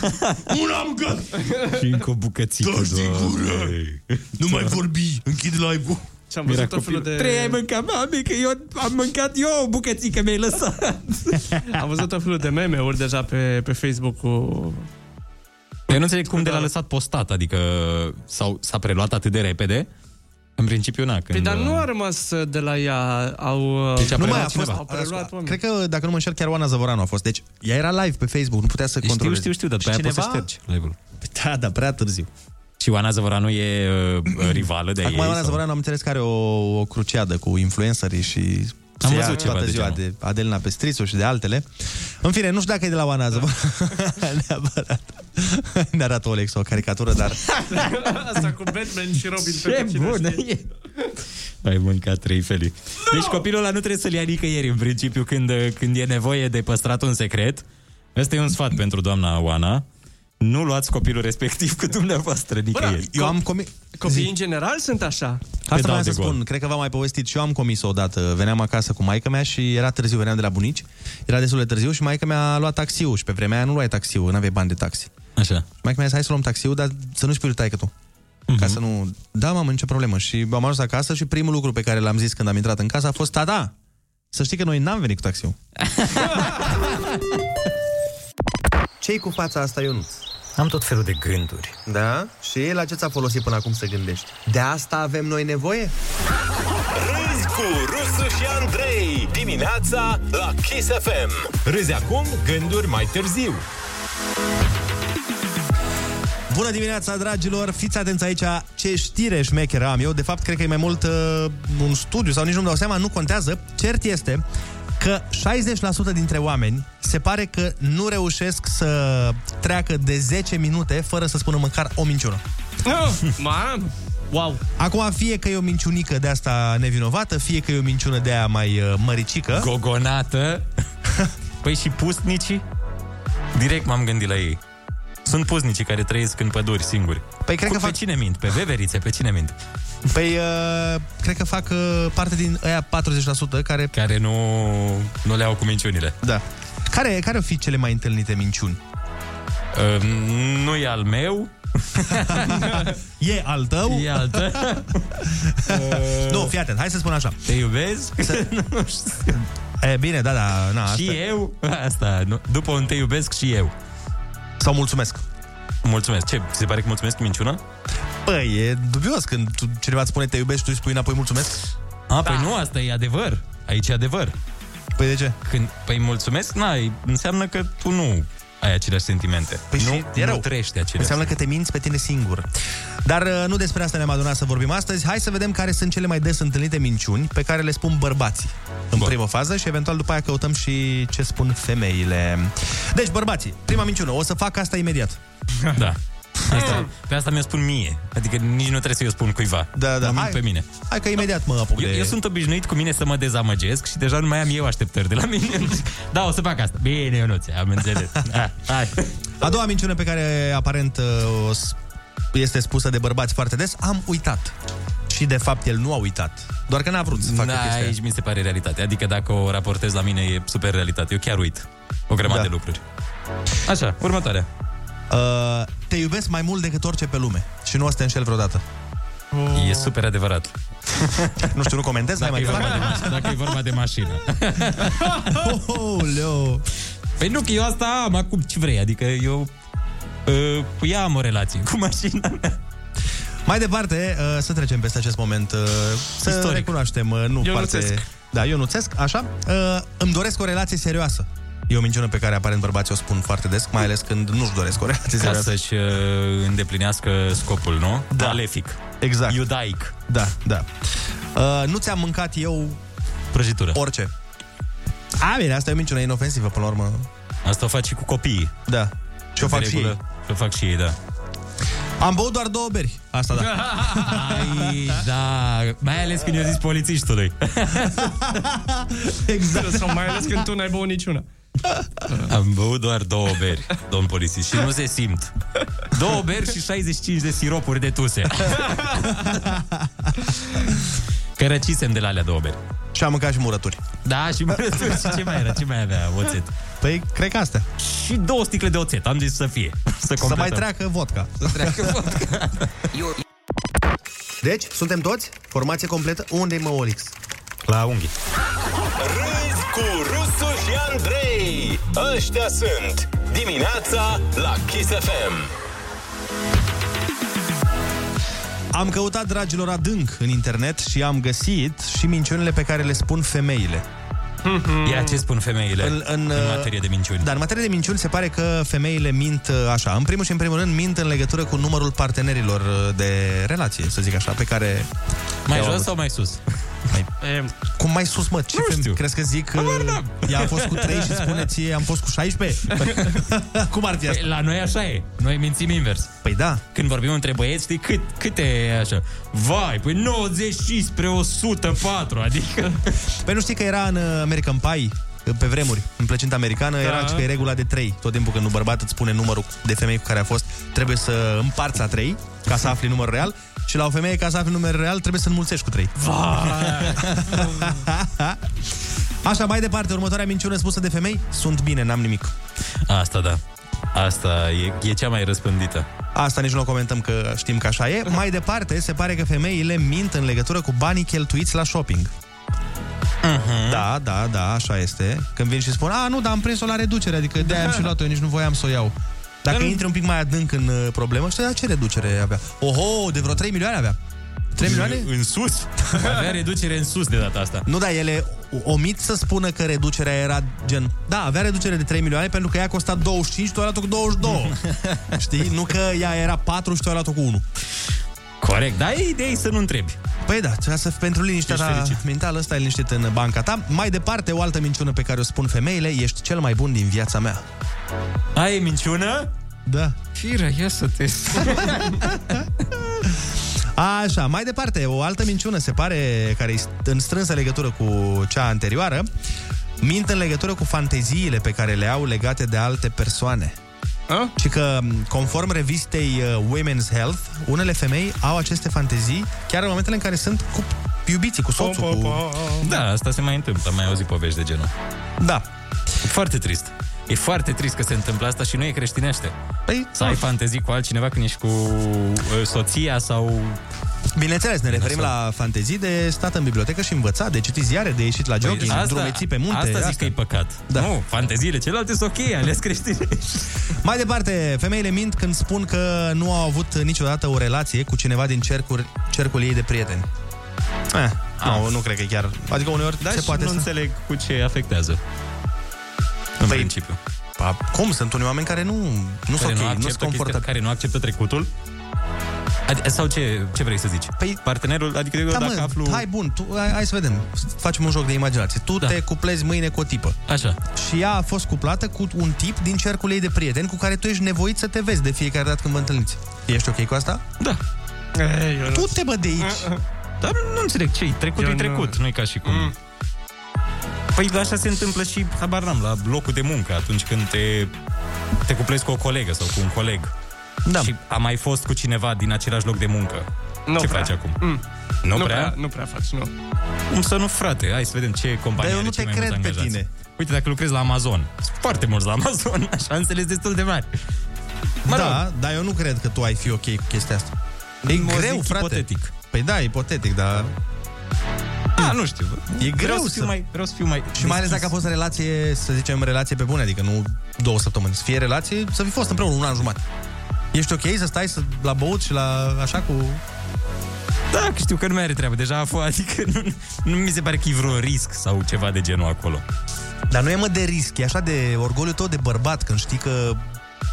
[SPEAKER 6] Una am mâncat!
[SPEAKER 7] Și încă o bucățică,
[SPEAKER 6] Toți din gură! Nu mai vorbi, închid live-ul.
[SPEAKER 8] Și-am
[SPEAKER 7] Mira
[SPEAKER 8] văzut tot felul de...
[SPEAKER 7] copilul. Trei ai mâncat, mami, că eu am mâncat eu o bucățică, mi-ai lăsat.
[SPEAKER 8] Am văzut tot felul de meme-uri deja pe, Păi, pe Facebook cu...
[SPEAKER 7] Eu nu înțeleg cum de
[SPEAKER 8] Da.
[SPEAKER 7] l-a lăsat postat, adică sau s-a preluat atât de repede. În principiu, na,
[SPEAKER 8] Păi,
[SPEAKER 7] când...
[SPEAKER 8] dar nu a rămas uh, de la ea, au... uh,
[SPEAKER 7] Deci a
[SPEAKER 6] Nu mai
[SPEAKER 7] preluat
[SPEAKER 6] a fost.
[SPEAKER 7] cineva.
[SPEAKER 8] Au preluat oameni.
[SPEAKER 6] Cred că, dacă nu mă înșel, chiar Oana Zăvoranu a fost. Deci, ea era live pe Facebook, nu putea să controleze.
[SPEAKER 7] știu, știu, dar
[SPEAKER 6] Și
[SPEAKER 7] pe aia poți să
[SPEAKER 6] cineva-
[SPEAKER 7] ștergi live-ul.
[SPEAKER 6] Da, da, prea târziu.
[SPEAKER 7] Și Oana Zăvoranu e uh, rivală de
[SPEAKER 6] Acum
[SPEAKER 7] ei?
[SPEAKER 6] Oana
[SPEAKER 7] sau-
[SPEAKER 6] Zăvoranu am înțeles că are o, o cruciadă cu influencerii și
[SPEAKER 7] Am
[SPEAKER 6] se ia
[SPEAKER 7] văzut ceva
[SPEAKER 6] toată
[SPEAKER 7] de
[SPEAKER 6] ziua
[SPEAKER 7] genul.
[SPEAKER 6] de Adelina Pestrițu și de altele. În fine, nu știu dacă e de la Oana Zăvoranu neapărat. Ne arată Olex o caricatură, dar...
[SPEAKER 8] Asta cu Batman și Robin pe
[SPEAKER 7] Ce bună e! Ai mâncat trei felii. No! Deci copilul ăla nu trebuie să-l ia nicăieri, în principiu, când, uh, când e nevoie de păstrat un secret. Ăsta e un sfat pentru doamna Oana. Nu luați copilul respectiv cu dumneavoastră nicăieri.
[SPEAKER 6] da, Eu am comis...
[SPEAKER 8] Copiii în general sunt așa.
[SPEAKER 6] Asta vreau să spun, cred că v-am mai povestit și eu am comis odată. Veneam acasă cu maica mea și era târziu, veneam de la bunici. Era destul de târziu și maica mea a luat taxiul și pe vremea aia nu luai taxiul, nu aveai bani de taxi.
[SPEAKER 7] Așa.
[SPEAKER 6] Maica mea a zis, hai să luăm taxiul, dar să nu-și pui taică tu. Ca să nu... Da, mamă, nicio problemă. Și am ajuns acasă și primul lucru pe care l-am zis când am intrat în casă a fost, tata, să știi că noi n-am venit cu taxiul. ce cu fața asta, Ionuț?
[SPEAKER 21] Am tot felul de gânduri.
[SPEAKER 6] Da? Și la ce ți-a folosit până acum să gândești? De asta avem noi nevoie?
[SPEAKER 5] Râzi cu Rusu și Andrei Dimineața la Kiss FM Râzi acum, gânduri mai târziu
[SPEAKER 6] Bună dimineața, dragilor! Fiți atenți aici ce știre șmecheră am eu. De fapt, cred că e mai mult uh, un studiu sau nici nu-mi dau seama, nu contează. Cert este că 60% dintre oameni se pare că nu reușesc să treacă de 10 minute fără să spună măcar o minciună.
[SPEAKER 8] Mam! Wow!
[SPEAKER 6] Acum, fie că e o minciunică de asta nevinovată, fie că e o minciună de aia mai uh, măricică.
[SPEAKER 7] Gogonată. Păi și pustnicii? Direct m-am gândit la ei. Sunt pustnicii care trăiesc în păduri singuri.
[SPEAKER 6] Păi cred
[SPEAKER 7] Cu-
[SPEAKER 6] că
[SPEAKER 7] pe
[SPEAKER 6] fac-
[SPEAKER 7] cine mint? Pe veverițe? Pe cine mint?
[SPEAKER 6] Păi, uh, cred că fac uh, parte din aia 40% care...
[SPEAKER 7] Care nu, nu le au cu minciunile.
[SPEAKER 6] Da. Care, care o fi cele mai întâlnite minciuni?
[SPEAKER 7] Uh, nu e al meu.
[SPEAKER 6] E al tău?
[SPEAKER 7] E al tău.
[SPEAKER 6] nu, fii atent, hai să spun așa.
[SPEAKER 7] Te iubesc?
[SPEAKER 6] Să... e, bine, da, da, na,
[SPEAKER 7] și
[SPEAKER 6] asta.
[SPEAKER 7] eu? Asta, nu. după un te iubesc și eu.
[SPEAKER 6] Sau mulțumesc.
[SPEAKER 7] Mulțumesc. Ce, ți se pare că mulțumesc minciună?
[SPEAKER 6] Păi, e dubios când tu, cineva îți spune te iubești, tu îi spui înapoi mulțumesc.
[SPEAKER 7] A, păi nu, asta e adevăr. Aici e adevăr.
[SPEAKER 6] Păi de ce?
[SPEAKER 7] Când, păi mulțumesc, n-ai, înseamnă că tu nu ai aceleași sentimente.
[SPEAKER 6] Păi
[SPEAKER 7] nu,
[SPEAKER 6] și e rău.
[SPEAKER 7] nu trește aceleași.
[SPEAKER 6] Înseamnă că te minți pe tine singur. Dar uh, nu despre asta ne-am adunat să vorbim astăzi. Hai să vedem care sunt cele mai des întâlnite minciuni pe care le spun bărbații în primă fază și eventual după aia căutăm și ce spun femeile. Deci, bărbații, prima minciună, o să fac asta imediat.
[SPEAKER 7] Da. Asta, pe asta mi-o spun mie. Adică nici nu trebuie să eu spun cuiva.
[SPEAKER 6] Da, da,
[SPEAKER 7] Mă mint
[SPEAKER 6] hai.
[SPEAKER 7] pe mine.
[SPEAKER 6] Hai că imediat mă apuc
[SPEAKER 7] Eu,
[SPEAKER 6] de...
[SPEAKER 7] eu sunt obișnuit cu mine să mă dezamăgesc și deja nu mai am eu așteptări de la mine. da, o să fac asta. Bine, eu nu am înțeles. Ha, hai.
[SPEAKER 6] A doua minciună pe care aparent uh, o s- este spusă de bărbați foarte des, am uitat. Și de fapt el nu a uitat. Doar că n-a vrut să facă
[SPEAKER 7] da,
[SPEAKER 6] chestia aia.
[SPEAKER 7] aici mi se pare realitate. Adică dacă o raportez la mine e super realitate. Eu chiar uit o grămadă
[SPEAKER 6] Da.
[SPEAKER 7] de lucruri. Așa, următoarea.
[SPEAKER 6] Uh, te iubesc mai mult decât orice pe lume. Și nu o să te înșel vreodată.
[SPEAKER 7] E super adevărat.
[SPEAKER 6] Nu știu, nu comentez, n-ai mai
[SPEAKER 7] Dacă e vorba
[SPEAKER 6] departe.
[SPEAKER 7] de mașină. Dacă e vorba de mașină. Oleo. Păi nu, că eu asta am acum ce vrei, adică eu uh, cu ea am o relație, cu mașina mea.
[SPEAKER 6] Mai departe, uh, să trecem peste acest moment. uh, Să
[SPEAKER 7] Istoric.
[SPEAKER 6] recunoaștem, uh, nu
[SPEAKER 7] Ionuțesc.
[SPEAKER 6] parte... Da, eu nuțesc, așa. Uh, Îmi doresc o relație serioasă. E o minciună pe care aparent bărbații o spun foarte des, mai ales când nu-și doresc o relație
[SPEAKER 7] Ca
[SPEAKER 6] serioasă.
[SPEAKER 7] să-și uh, îndeplinească scopul, nu? Da. Alefic.
[SPEAKER 6] Exact.
[SPEAKER 7] Iudaic.
[SPEAKER 6] Da, da. Uh, nu ți-am mâncat eu...
[SPEAKER 7] Prăjitură.
[SPEAKER 6] Orice. A, bine, asta e o minciună inofensivă, până la urmă.
[SPEAKER 7] Asta o faci și cu copiii.
[SPEAKER 6] Da. Și o
[SPEAKER 7] De
[SPEAKER 6] fac și
[SPEAKER 7] regulă.
[SPEAKER 6] ei.
[SPEAKER 7] Și o fac și ei, da.
[SPEAKER 6] Am băut doar două beri. Asta da.
[SPEAKER 7] Ai, da. Mai ales când i-a zis polițiștului.
[SPEAKER 8] Exact. Sau mai ales când tu n-ai băut niciuna.
[SPEAKER 7] Am băut doar două beri, domn polițist, și nu se simt. Două beri și 65 de siropuri de tuse. Că răcisem de la alea două beri.
[SPEAKER 6] Și am mâncat și murături.
[SPEAKER 7] Da, și murături. Și ce mai era? Ce mai avea oțet?
[SPEAKER 6] Păi, cred că astea.
[SPEAKER 7] Și două sticle de oțet. Am zis să fie. Să,
[SPEAKER 6] Să
[SPEAKER 7] completăm.
[SPEAKER 6] mai treacă vodka. Să treacă vodka. Deci, suntem toți? Formație completă? unde e mă Olix? La unghi.
[SPEAKER 5] Râzi cu Rusu și Andrei. Ăștia sunt dimineața la Kiss FM.
[SPEAKER 6] Am căutat, dragilor, adânc în internet și am găsit și minciunile pe care le spun femeile.
[SPEAKER 7] Ia, ce spun femeile în, în,
[SPEAKER 6] uh,
[SPEAKER 7] în materie de minciuni?
[SPEAKER 6] Dar în materie de minciuni se pare că femeile mint uh, așa. În primul și în primul rând mint în legătură cu numărul partenerilor uh, de relație, să zic așa, pe care...
[SPEAKER 7] Mai
[SPEAKER 6] i-au
[SPEAKER 7] jos
[SPEAKER 6] avut.
[SPEAKER 7] sau mai sus?
[SPEAKER 6] Mai... Cum mai sus, mă? Ce nu știu. Crezi că zic... Uh, ea a fost cu 3 și spune ție, am fost cu 16? Cum ar fi asta?
[SPEAKER 7] Păi, la noi așa e. Noi mințim invers.
[SPEAKER 6] Păi da.
[SPEAKER 7] Când vorbim între băieți, știi cât, câte e așa? Vai, păi 90 spre 104, adică...
[SPEAKER 6] Păi nu știi că era în uh, American Pie pe vremuri, în plăcinta americană,
[SPEAKER 7] Da.
[SPEAKER 6] da. era că e regula de 3. Tot timpul când un bărbat îți spune numărul de femei cu care a fost, trebuie să împarți a 3 ca să afli numărul real și la o femeie ca să afli numărul real trebuie să înmulțești cu 3. Așa, mai departe, următoarea minciună spusă de femei, sunt bine, n-am nimic.
[SPEAKER 7] Asta da. Asta e, e cea mai răspândită.
[SPEAKER 6] Asta nici nu o comentăm că știm că așa e. Mai departe, se pare că femeile mint în legătură cu banii cheltuiți la shopping.
[SPEAKER 7] Mhm.
[SPEAKER 6] Uh-huh. Da, da, da, așa este. Când vin și spun, a, nu, dar am prins-o la reducere, adică de-aia
[SPEAKER 7] Da.
[SPEAKER 6] am și luat-o, eu nici nu voiam să o iau. Dacă intri un pic mai adânc în uh, problemă, știi, dar ce reducere avea? Oho, de vreo 3 milioane avea. 3 milioane?
[SPEAKER 7] În sus? Avea reducere în sus de data asta.
[SPEAKER 6] Nu, dar ele omit să spună că reducerea era gen... Da, avea reducere de 3 milioane pentru că ea costa 25, tu ai luat-o cu 22. Știi? Nu că ea era 4 și tu ai luat-o cu 1.
[SPEAKER 7] Corect, dar e ideea să nu întrebi.
[SPEAKER 6] Păi da, trebuie să pentru liniștea
[SPEAKER 7] Ești
[SPEAKER 6] ta
[SPEAKER 7] fericit.
[SPEAKER 6] mentală, stai liniștit în banca ta. Mai departe, o altă minciună pe care o spun femeile, ești cel mai bun din viața mea.
[SPEAKER 7] Ai e minciună?
[SPEAKER 6] Da.
[SPEAKER 7] Fire, ia să te
[SPEAKER 6] Așa, mai departe, o altă minciună se pare care e în strânsă legătură cu cea anterioară. Mint în legătură cu fanteziile pe care le au legate de alte persoane. A? Și că, conform revistei uh, Women's Health, unele femei au aceste fantezii chiar în momentele în care sunt cu iubiții, cu soțul, cu...
[SPEAKER 7] Da, asta se mai întâmplă, am mai auzit povești de genul.
[SPEAKER 6] Da.
[SPEAKER 7] E foarte trist. E foarte trist că se întâmplă asta și nu e creștinește.
[SPEAKER 6] Păi,
[SPEAKER 7] să ai fantezii cu altcineva când ești cu uh, soția sau...
[SPEAKER 6] Bineînțeles, ne referim
[SPEAKER 7] Exact.
[SPEAKER 6] la fantezii de stat în bibliotecă și învățat, de citit ziare, de ieșit la jogging, păi, drumeții pe munte.
[SPEAKER 7] Asta zic că e păcat. Da. Nu, fanteziile celelalte sunt ok, ales creștinești.
[SPEAKER 6] Mai departe, femeile mint când spun că nu au avut niciodată o relație cu cineva din cercuri, cercul ei de prieteni. Eh,
[SPEAKER 7] Ah.
[SPEAKER 6] nu, nu cred că e chiar... Adică uneori
[SPEAKER 7] Da,
[SPEAKER 6] se
[SPEAKER 7] și
[SPEAKER 6] poate
[SPEAKER 7] nu
[SPEAKER 6] să... Păi,
[SPEAKER 7] înțeleg cu ce afectează. În principiu.
[SPEAKER 6] Pa, cum? Sunt unii oameni care nu, nu
[SPEAKER 7] Care
[SPEAKER 6] sunt ok, nu
[SPEAKER 7] acceptă
[SPEAKER 6] se comportă.
[SPEAKER 7] chestia- Care nu acceptă trecutul. Adi- sau ce, ce vrei să zici? Păi, Partenerul, adică eu
[SPEAKER 6] Da,
[SPEAKER 7] dacă
[SPEAKER 6] mă,
[SPEAKER 7] aflu...
[SPEAKER 6] hai bun, tu, hai, hai să vedem. Facem un joc de imaginație. Tu da. te cuplezi mâine cu o tipă.
[SPEAKER 7] Așa.
[SPEAKER 6] Și ea a fost cuplată cu un tip din cercul ei de prieteni cu care tu ești nevoit să te vezi de fiecare dată când vă întâlniți. Ești ok cu asta?
[SPEAKER 7] Da. Eh,
[SPEAKER 6] Tu te bă de aici.
[SPEAKER 7] Dar nu, nu înțeleg ce Trecut
[SPEAKER 6] Eu
[SPEAKER 7] e
[SPEAKER 6] nu-
[SPEAKER 7] trecut, nu e ca și cum... Mm. Păi așa se întâmplă și, habar n-am, la locul de muncă, atunci când te, te cuplezi cu o colegă sau cu un coleg. Da. Și a mai fost cu cineva din același loc de muncă.
[SPEAKER 8] Nu
[SPEAKER 7] ce
[SPEAKER 8] prea.
[SPEAKER 7] faci acum?
[SPEAKER 8] Mm.
[SPEAKER 7] Nu,
[SPEAKER 8] nu
[SPEAKER 7] prea?
[SPEAKER 8] prea? Nu prea faci, nu.
[SPEAKER 7] Cum să nu, frate? Hai să vedem ce
[SPEAKER 8] Dar
[SPEAKER 7] companie
[SPEAKER 8] eu
[SPEAKER 7] are
[SPEAKER 8] nu
[SPEAKER 7] cei
[SPEAKER 8] te
[SPEAKER 7] mai
[SPEAKER 8] cred
[SPEAKER 7] mulți
[SPEAKER 8] pe
[SPEAKER 7] angajați.
[SPEAKER 8] tine.
[SPEAKER 7] Uite, dacă lucrezi la Amazon, sunt foarte mulți la Amazon, așa înțeles destul de mari.
[SPEAKER 6] da, dar eu nu cred că tu ai fi ok cu chestia asta. E
[SPEAKER 7] Mă
[SPEAKER 6] greu,
[SPEAKER 7] zic
[SPEAKER 6] frate.
[SPEAKER 7] Ipotetic.
[SPEAKER 6] Păi da, ipotetic, dar...
[SPEAKER 7] A, nu știu.
[SPEAKER 6] E greu
[SPEAKER 7] Vreau să fiu mai-
[SPEAKER 6] vreau să fiu mai Și mai ales dacă a fost relație, să zicem, relație pe bune, adică nu două săptămâni, să fie relație, să fi fost împreună un an jumate. Ești ok să stai să, la băut și la așa cu...
[SPEAKER 7] Da, că știu că nu mai are treabă. Deja a fost, adică nu, nu mi se pare că e vreun risc sau ceva de genul acolo.
[SPEAKER 6] Dar nu e mă de risc, e așa de orgoliu tot de bărbat când știi că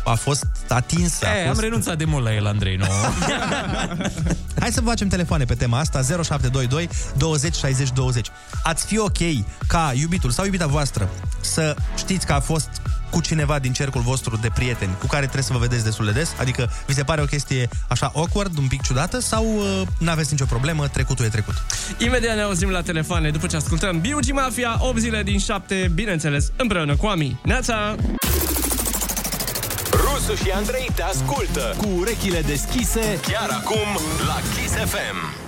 [SPEAKER 6] a fost atinsă.
[SPEAKER 7] E,
[SPEAKER 6] a
[SPEAKER 7] am
[SPEAKER 6] fost...
[SPEAKER 7] renunțat de mult la el, Andrei, nu?
[SPEAKER 6] Hai să facem telefoane pe tema asta 0722 20 60 20 Ați fi ok ca iubitul sau iubita voastră Să știți că a fost cu cineva din cercul vostru de prieteni Cu care trebuie să vă vedeți destul de des Adică vi se pare o chestie așa awkward, un pic ciudată Sau uh, n-aveți nicio problemă, trecutul e trecut
[SPEAKER 8] Imediat ne auzim la telefoane după ce ascultăm Biugi Mafia, 8 zile din 7, bineînțeles, împreună cu Ami. Neața!
[SPEAKER 5] Rusu și Andrei te ascultă cu urechile deschise chiar acum la Kiss FM.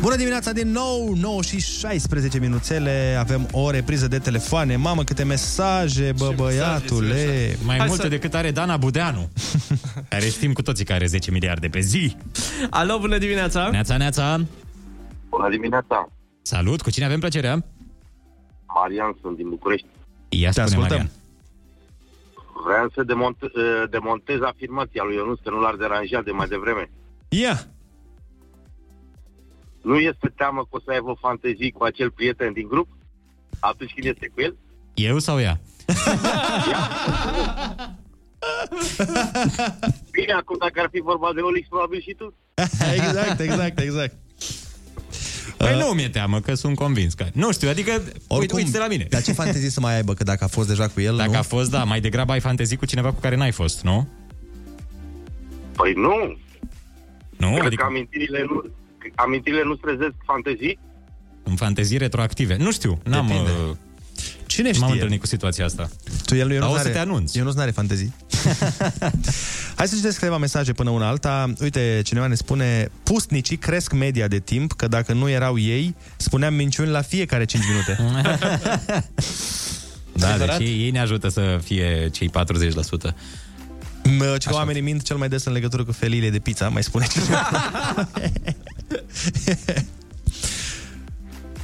[SPEAKER 6] Bună dimineața din nou, 9 și 16 minuțele Avem o repriză de telefoane Mamă câte mesaje, bă băiatule
[SPEAKER 7] Mai multe decât are Dana Budeanu, care știm cu toții că are 10 miliarde pe zi.
[SPEAKER 8] Alo, bună dimineața!
[SPEAKER 7] Neața, neața!
[SPEAKER 17] Bună dimineața!
[SPEAKER 7] Salut, cu cine avem plăcerea?
[SPEAKER 17] Marian, sunt din București.
[SPEAKER 7] Ia Te spune, ascultăm.
[SPEAKER 17] Vreau să demont- eh, demontez afirmația lui Ionuț, că nu l-ar deranja de mai devreme.
[SPEAKER 6] Ia!
[SPEAKER 17] Nu este teamă că o să aibă fantezii cu acel prieten din grup? Atunci când este cu el?
[SPEAKER 7] Eu sau ea?
[SPEAKER 17] Bine, acum dacă ar fi vorba de Olix, probabil și tu.
[SPEAKER 6] exact, exact, exact.
[SPEAKER 7] Păi nu mi-e teamă, că sunt convins că... Nu știu, adică, uite,
[SPEAKER 6] Uh, Oricum,
[SPEAKER 7] uite de la mine.
[SPEAKER 6] Dar ce fantezii să mai aibă, că dacă a fost deja cu el,
[SPEAKER 7] Dacă
[SPEAKER 6] nu?
[SPEAKER 7] a fost, da, mai degrabă ai fantezii cu cineva cu care n-ai fost, nu?
[SPEAKER 17] Păi nu.
[SPEAKER 7] Nu?
[SPEAKER 17] Cred
[SPEAKER 7] adică
[SPEAKER 17] că amintirile nu, că amintirile nu trezesc fantezii?
[SPEAKER 7] în fantezii retroactive. Nu știu, n-am... uh,
[SPEAKER 6] Cine
[SPEAKER 7] M-am
[SPEAKER 6] știe? Da,
[SPEAKER 7] întâlnit cu situația asta.
[SPEAKER 6] Tu el nu
[SPEAKER 7] Dar
[SPEAKER 6] Ionuț
[SPEAKER 7] o să
[SPEAKER 6] n-are-
[SPEAKER 7] te anunț.
[SPEAKER 6] Ionuț n-are fantezii. Hai să citesc câteva mesaje până una alta. Uite, cineva ne spune Pustnicii cresc media de timp Că dacă nu erau ei, spuneam minciuni la fiecare 5 minute
[SPEAKER 7] Da,
[SPEAKER 6] Adevărat?
[SPEAKER 7] deci ei, ei ne ajută să fie cei 40%.
[SPEAKER 6] Mă, Ce că oamenii mint cel mai des în legătură cu feliile de pizza Mai spune cineva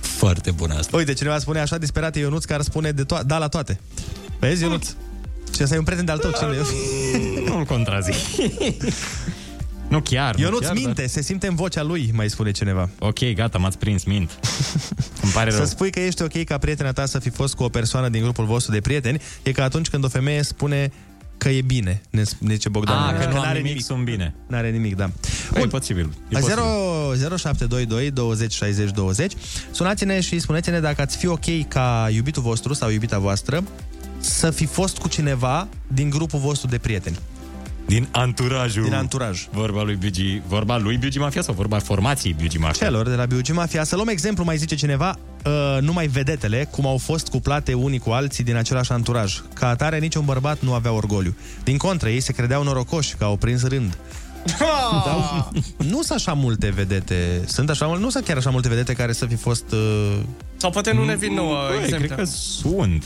[SPEAKER 7] Foarte bună asta.
[SPEAKER 6] Uite, cineva spune așa disperat e Ionuț Care spune de to- da la toate Vezi, Ionuț? Ce să ai un prieten de-al tău cel
[SPEAKER 7] Nu-l contrazic Nu chiar.
[SPEAKER 6] Ionuț
[SPEAKER 7] chiar, da.
[SPEAKER 6] minte, se simte în vocea lui, mai spune cineva.
[SPEAKER 7] Ok, gata, m-ați prins, mint. Îmi pare rău.
[SPEAKER 6] Să spui că ești ok ca prietena ta să fi fost cu o persoană din grupul vostru de prieteni, e ca atunci când o femeie spune că e bine, ne sp- ne zice Bogdan.
[SPEAKER 7] Ah,
[SPEAKER 6] Că
[SPEAKER 7] că nu am
[SPEAKER 6] n-are
[SPEAKER 7] nimic, sunt bine.
[SPEAKER 6] N-are nimic, da.
[SPEAKER 7] Bun. E posibil.
[SPEAKER 6] La
[SPEAKER 7] E posibil.
[SPEAKER 6] 0, 0722 20 60 20 Sunați-ne și spuneți-ne dacă ați fi ok ca iubitul vostru sau iubita voastră să fi fost cu cineva din grupul vostru de prieteni.
[SPEAKER 7] Din anturajul.
[SPEAKER 6] Din anturaj.
[SPEAKER 7] Vorba lui Biugi, vorba lui Biugi Mafia sau vorba formației Biugi Mafia?
[SPEAKER 6] Celor de la Biugi Mafia. Să luăm exemplu, mai zice cineva, uh, numai vedetele, cum au fost cuplate unii cu alții din același anturaj. Ca atare, niciun bărbat nu avea orgoliu. Din contră, ei se credeau norocoși că au prins rând.
[SPEAKER 8] Ah!
[SPEAKER 6] Dar nu sunt așa multe vedete, sunt așa, mul- nu sunt chiar așa multe vedete care să fi fost... Uh...
[SPEAKER 8] Sau poate nu ne vin nouă
[SPEAKER 7] Băi,
[SPEAKER 8] exemple.
[SPEAKER 7] cred că sunt.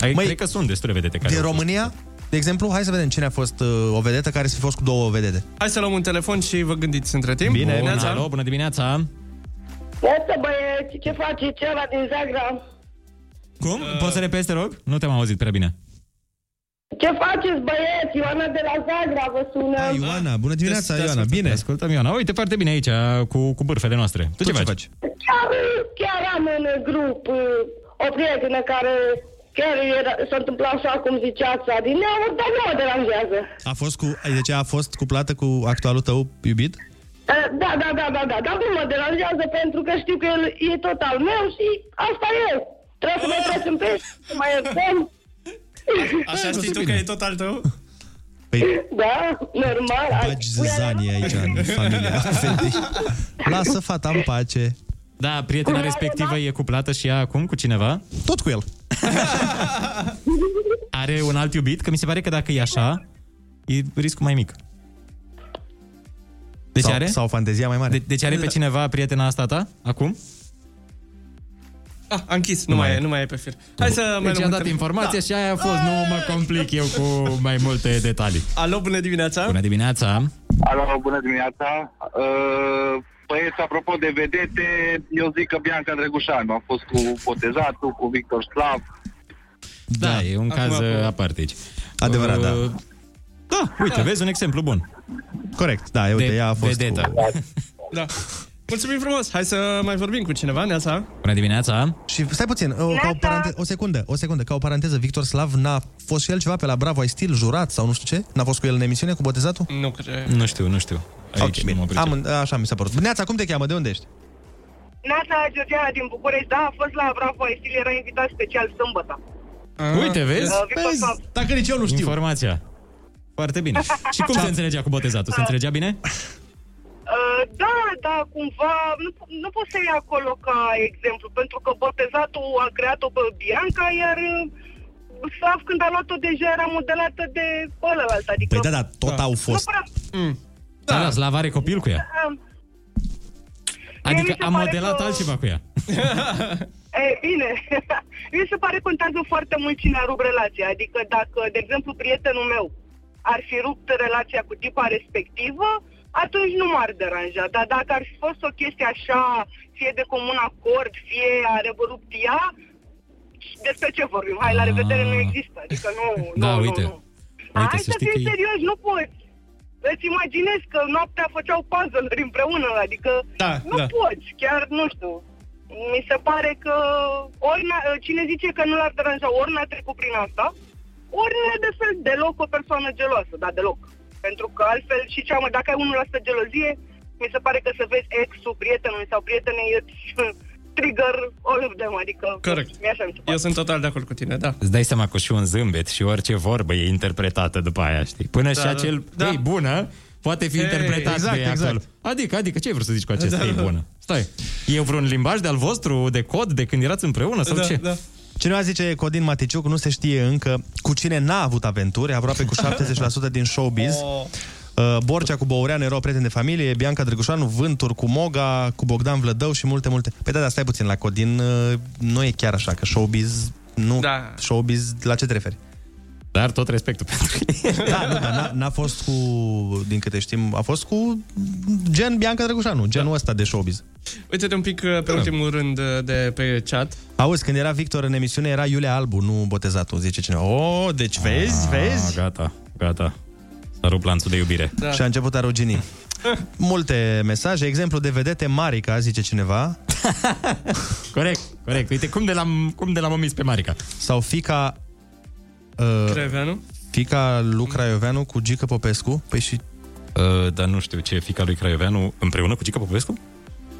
[SPEAKER 7] Ai,
[SPEAKER 6] Măi,
[SPEAKER 7] cred că sunt destule vedete care
[SPEAKER 6] Din
[SPEAKER 7] au fost.
[SPEAKER 6] România, de exemplu, hai să vedem cine a fost uh, o vedetă care să fi fost cu două vedete.
[SPEAKER 8] Hai să luăm un telefon și vă gândiți între timp.
[SPEAKER 6] Bine,
[SPEAKER 8] Bună,
[SPEAKER 6] bună.
[SPEAKER 7] Alo, bună dimineața.
[SPEAKER 2] Iată băieți, ce face cela din Zagreb?
[SPEAKER 7] Cum? Poți să repezi, te rog? Uh, Nu te-am auzit prea bine.
[SPEAKER 2] Ce faceți băieți? Ioana de la Zagreb vă sună.
[SPEAKER 6] A, Da. Ioana, bună dimineața,
[SPEAKER 7] Te
[SPEAKER 6] Ioana,
[SPEAKER 7] ascultăm,
[SPEAKER 6] bine.
[SPEAKER 7] te Ascultăm, Ioana. Uite, foarte bine aici, cu, cu bârfele noastre. Tu, ce, faci?
[SPEAKER 2] Chiar, chiar am în grup uh, o prietenă care chiar era, s-a întâmplat așa cum ziceați adineauri, dar nu mă deranjează.
[SPEAKER 6] A fost cu, deci a fost cuplată cu actualul tău iubit?
[SPEAKER 2] Uh, Da, da, da, da, da, dar nu mă deranjează pentru că știu că el e tot al meu și asta e. Trebuie să mai trecem pe să mai iertăm.
[SPEAKER 8] Așa știi tu că e tot al tău?
[SPEAKER 7] Păi,
[SPEAKER 2] Da, normal.
[SPEAKER 6] Bagi zăzanie aici în familia fetei. Lasă fata în pace.
[SPEAKER 7] Da, prietena respectivă e cuplată și ea acum cu cineva?
[SPEAKER 6] Tot cu el.
[SPEAKER 7] Are un alt iubit? Că mi se pare că dacă e așa, e riscul mai mic. Deci
[SPEAKER 6] sau,
[SPEAKER 7] are?
[SPEAKER 6] Sau fantezia mai mare.
[SPEAKER 7] De- deci are pe cineva prietena asta a ta acum?
[SPEAKER 8] Ah, a închis, nu, mai e, nu mai e pe fir. Hai să mai
[SPEAKER 7] Deci
[SPEAKER 8] luăm
[SPEAKER 7] am dat
[SPEAKER 8] între-
[SPEAKER 7] informația
[SPEAKER 8] Da.
[SPEAKER 7] și aia a fost. Nu mă complic eu cu mai multe detalii.
[SPEAKER 8] Alo, bună dimineața!
[SPEAKER 7] Bună dimineața!
[SPEAKER 17] Alo, bună dimineața. Uh, Băieți, apropo de vedete, eu zic că Bianca Drăgușanu a fost cu Botezatul, cu Victor Slav.
[SPEAKER 7] Da, da e un
[SPEAKER 17] Acum,
[SPEAKER 7] caz
[SPEAKER 17] acum.
[SPEAKER 7] uh, aparte aici. Adevărat, da. Da, uite, vezi un exemplu bun.
[SPEAKER 6] Corect, da, uite, ea a fost
[SPEAKER 7] vedeta.
[SPEAKER 6] Cu...
[SPEAKER 8] Da. Mulțumim frumos! Hai să mai vorbim cu cineva, Neața.
[SPEAKER 7] Bună dimineața!
[SPEAKER 6] Și stai puțin, o, ca o, parante- o secundă, o secundă, ca o paranteză, Victor Slav n-a fost și el ceva pe la Bravo ai stil jurat sau nu știu ce? N-a fost cu el în emisiune cu botezatul?
[SPEAKER 8] Nu cred.
[SPEAKER 7] Nu știu, nu știu. Aici
[SPEAKER 6] Ok, bine. Am, așa mi s-a părut. Neața, cum te cheamă? De unde ești?
[SPEAKER 2] Neața Georgiana din București, da, a fost la Bravo Estil, era invitat special sâmbătă.
[SPEAKER 7] Uite, vezi?
[SPEAKER 2] Uh, Victor
[SPEAKER 7] vezi?
[SPEAKER 2] Slav.
[SPEAKER 7] Dacă nici eu nu știu. Informația. Foarte bine. Și cum se înțelegea cu botezatul? Se înțelegea bine?
[SPEAKER 2] Uh, da, da, cumva, nu, nu pot să iei acolo ca exemplu, pentru că botezatul a creat-o pe Bianca, iar uh, Slav, când a luat-o, deja era modelată de ălălalt, adică...
[SPEAKER 6] Păi da, da, tot au fost.
[SPEAKER 2] Nu prea...
[SPEAKER 7] Da, da Slav are copil cu ea.
[SPEAKER 2] Uh, Mie
[SPEAKER 7] Adică
[SPEAKER 2] mi se
[SPEAKER 7] a
[SPEAKER 2] pare
[SPEAKER 7] modelat
[SPEAKER 2] că-
[SPEAKER 7] altceva cu ea.
[SPEAKER 2] E, bine, mi se pare că contează foarte mult cine a rupt relația. Adică dacă, de exemplu, prietenul meu ar fi rupt relația cu tipa respectivă, atunci nu m-ar deranja. Dar dacă ar fi fost o chestie așa, fie de comun acord, fie a rupt ea, despre ce vorbim? Hai, la revedere, nu există. Adică nu...
[SPEAKER 7] Da,
[SPEAKER 2] nu,
[SPEAKER 7] uite.
[SPEAKER 2] Nu, nu.
[SPEAKER 7] Uite,
[SPEAKER 2] Hai
[SPEAKER 7] să
[SPEAKER 2] să
[SPEAKER 7] știi
[SPEAKER 2] fim
[SPEAKER 7] că e-
[SPEAKER 2] serioși, nu poți. Îți imaginezi că noaptea făceau puzzle-uri împreună, adică
[SPEAKER 8] Da,
[SPEAKER 2] nu
[SPEAKER 8] da.
[SPEAKER 2] poți, chiar nu știu. Mi se pare că ori n-a- cine zice că nu l-ar deranja, ori n-a trecut prin asta, ori nu e de fel deloc o persoană geloasă, dar deloc. Pentru că altfel și cea mai, dacă ai 1% gelozie, mi se pare că să vezi ex-ul prietenului sau prietenei îți trigger all of them, adică
[SPEAKER 7] Corect.
[SPEAKER 2] mi așa mi se pare.
[SPEAKER 8] Eu sunt total de acord cu tine, da.
[SPEAKER 7] Îți dai seama că și un zâmbet și orice vorbă e interpretată după aia, știi? Până
[SPEAKER 8] Da,
[SPEAKER 7] și
[SPEAKER 8] da.
[SPEAKER 7] acel,
[SPEAKER 8] Da.
[SPEAKER 7] da. ei, bună, poate fi
[SPEAKER 8] Ei,
[SPEAKER 7] interpretat
[SPEAKER 8] exact,
[SPEAKER 7] de ei
[SPEAKER 8] exact.
[SPEAKER 7] acolo. Adică, adică, ce ai vrut să zici cu acest
[SPEAKER 8] Da,
[SPEAKER 7] ei,
[SPEAKER 8] da.
[SPEAKER 7] bună? Stai, e vreun limbaj de-al vostru, de cod, de când erați împreună sau
[SPEAKER 6] Da,
[SPEAKER 7] ce?
[SPEAKER 6] da. Cineva zice, Codin Maticiuc nu se știe încă cu cine n-a avut aventuri, aproape cu 70% din showbiz. Uh, Borcea cu Băurean erau prieteni de familie, Bianca Drăgușanu, Vânturi cu Moga, cu Bogdan Vlădău și multe, multe. Pe da, da, stai puțin, la Codin uh, nu e chiar așa, că showbiz, nu, da. showbiz, la ce te referi?
[SPEAKER 7] Dar tot respectul pentru
[SPEAKER 6] Da, nu, dar n-a, n-a fost cu, din câte știm, a fost cu gen Bianca Drăgușanu, genul da. ăsta de showbiz.
[SPEAKER 8] Uite-te un pic uh, pe
[SPEAKER 6] Da.
[SPEAKER 8] ultimul rând uh, de pe chat.
[SPEAKER 6] Auzi, când era Victor în emisiune, era Iulia Albu, nu botezatul, zice cineva. O, deci vezi, vezi?
[SPEAKER 7] Ah, Gata, gata. S-a rupt lanțul de iubire.
[SPEAKER 6] Da. Și a început a rugini. Multe mesaje, exemplu de vedete Marica, zice cineva.
[SPEAKER 7] corect, corect. Uite, cum de l-am, cum de l-am omis pe Marica.
[SPEAKER 6] Sau fica... Uh,
[SPEAKER 8] Creveanu?
[SPEAKER 6] Fica lui Craioveanu cu Gică Popescu. Păi și...
[SPEAKER 7] Uh, dar nu știu ce e fica lui Craioveanu împreună cu Gica Popescu?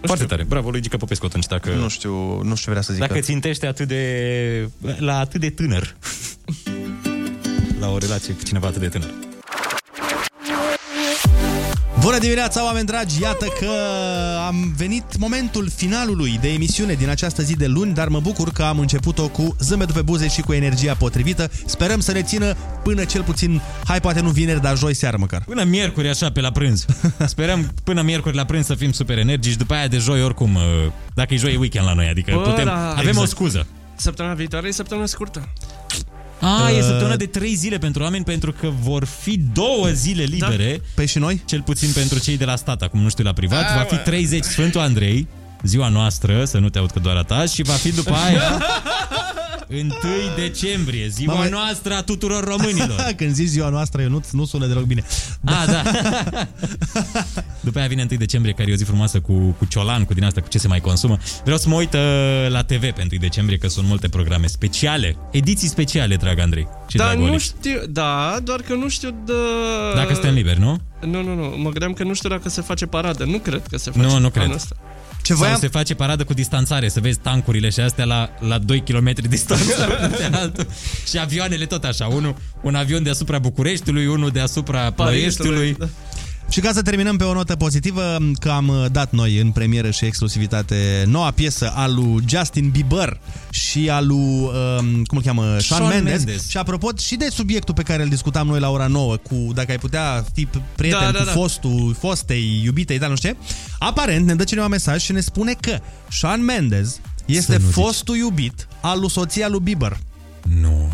[SPEAKER 7] Foarte tare. Bravo lui Gica Popescu atunci dacă...
[SPEAKER 6] Nu știu, nu știu vrea să zic.
[SPEAKER 7] Dacă țintește atât de... la atât de tânăr. la o relație cu cineva atât de tânăr.
[SPEAKER 6] Bună dimineața, oameni dragi! Iată că am venit momentul finalului de emisiune din această zi de luni, dar mă bucur că am început-o cu zâmbetul pe buze și cu energia potrivită. Sperăm să ne țină până cel puțin, hai poate nu vineri, dar joi seară măcar.
[SPEAKER 7] Până miercuri, așa, pe la prânz. Sperăm până miercuri la prânz să fim super energici, după aia de joi oricum, uh, dacă e joi e weekend la noi, adică
[SPEAKER 8] Bă,
[SPEAKER 7] putem,
[SPEAKER 8] da.
[SPEAKER 7] avem o
[SPEAKER 8] Exact.
[SPEAKER 7] scuză.
[SPEAKER 8] Săptămâna viitoare e săptămâna scurtă.
[SPEAKER 7] A,
[SPEAKER 8] Uh,
[SPEAKER 7] e săptămână de 3 zile pentru oameni pentru că vor fi două zile libere. Da.
[SPEAKER 6] Păi și noi?
[SPEAKER 7] Cel puțin pentru cei de la stat, acum nu știu la privat. va fi 30 Sfântul Andrei, ziua noastră, să nu te aud că doar a ta, și va fi după aia 1 decembrie, ziua
[SPEAKER 6] Mamă,
[SPEAKER 7] noastră a tuturor românilor.
[SPEAKER 6] Când zici ziua noastră, eu nu, nu sună deloc bine.
[SPEAKER 7] A, da. După aia vine 1 decembrie, care e o zi frumoasă cu, cu ciolan, cu din asta, cu ce se mai consumă. Vreau să mă uit uh, la TV pe 1 decembrie, că sunt multe programe speciale, ediții speciale, drag Andrei. Și
[SPEAKER 8] Dar
[SPEAKER 7] drag
[SPEAKER 8] nu
[SPEAKER 7] Olic.
[SPEAKER 8] știu, uh, da, doar că nu știu de...
[SPEAKER 7] Dacă suntem liberi, nu?
[SPEAKER 8] Nu, nu, nu, mă gândeam că nu știu dacă se face paradă. Nu cred că se face
[SPEAKER 7] Nu, nu cred.
[SPEAKER 8] anul ăsta.
[SPEAKER 6] Ce
[SPEAKER 7] voiam... Sau se face paradă cu distanțare, să vezi tancurile și astea la, la 2 km distanță unul de altul. Și avioanele tot așa, unul, un avion deasupra Bucureștiului, unul deasupra
[SPEAKER 6] Parisului,
[SPEAKER 7] Ploieștiului.
[SPEAKER 6] Și ca să terminăm pe o notă pozitivă, că am uh, dat noi în premieră și exclusivitate noua piesă a lui Justin Bieber și a lui, um, cum îl cheamă, Sean,
[SPEAKER 7] Shawn
[SPEAKER 6] Mendes.
[SPEAKER 7] Mendes.
[SPEAKER 6] Și apropo și de subiectul pe care îl discutam noi la ora 9, cu dacă ai putea fi prieten
[SPEAKER 7] Da,
[SPEAKER 6] da, da,
[SPEAKER 7] da,
[SPEAKER 6] cu
[SPEAKER 7] da.
[SPEAKER 6] fostul, da, fostei, iubitei, dar nu știu ce, aparent ne dă cineva mesaj și ne spune că Sean Mendes este fostul iubit al lui soția lui Bieber. Nu.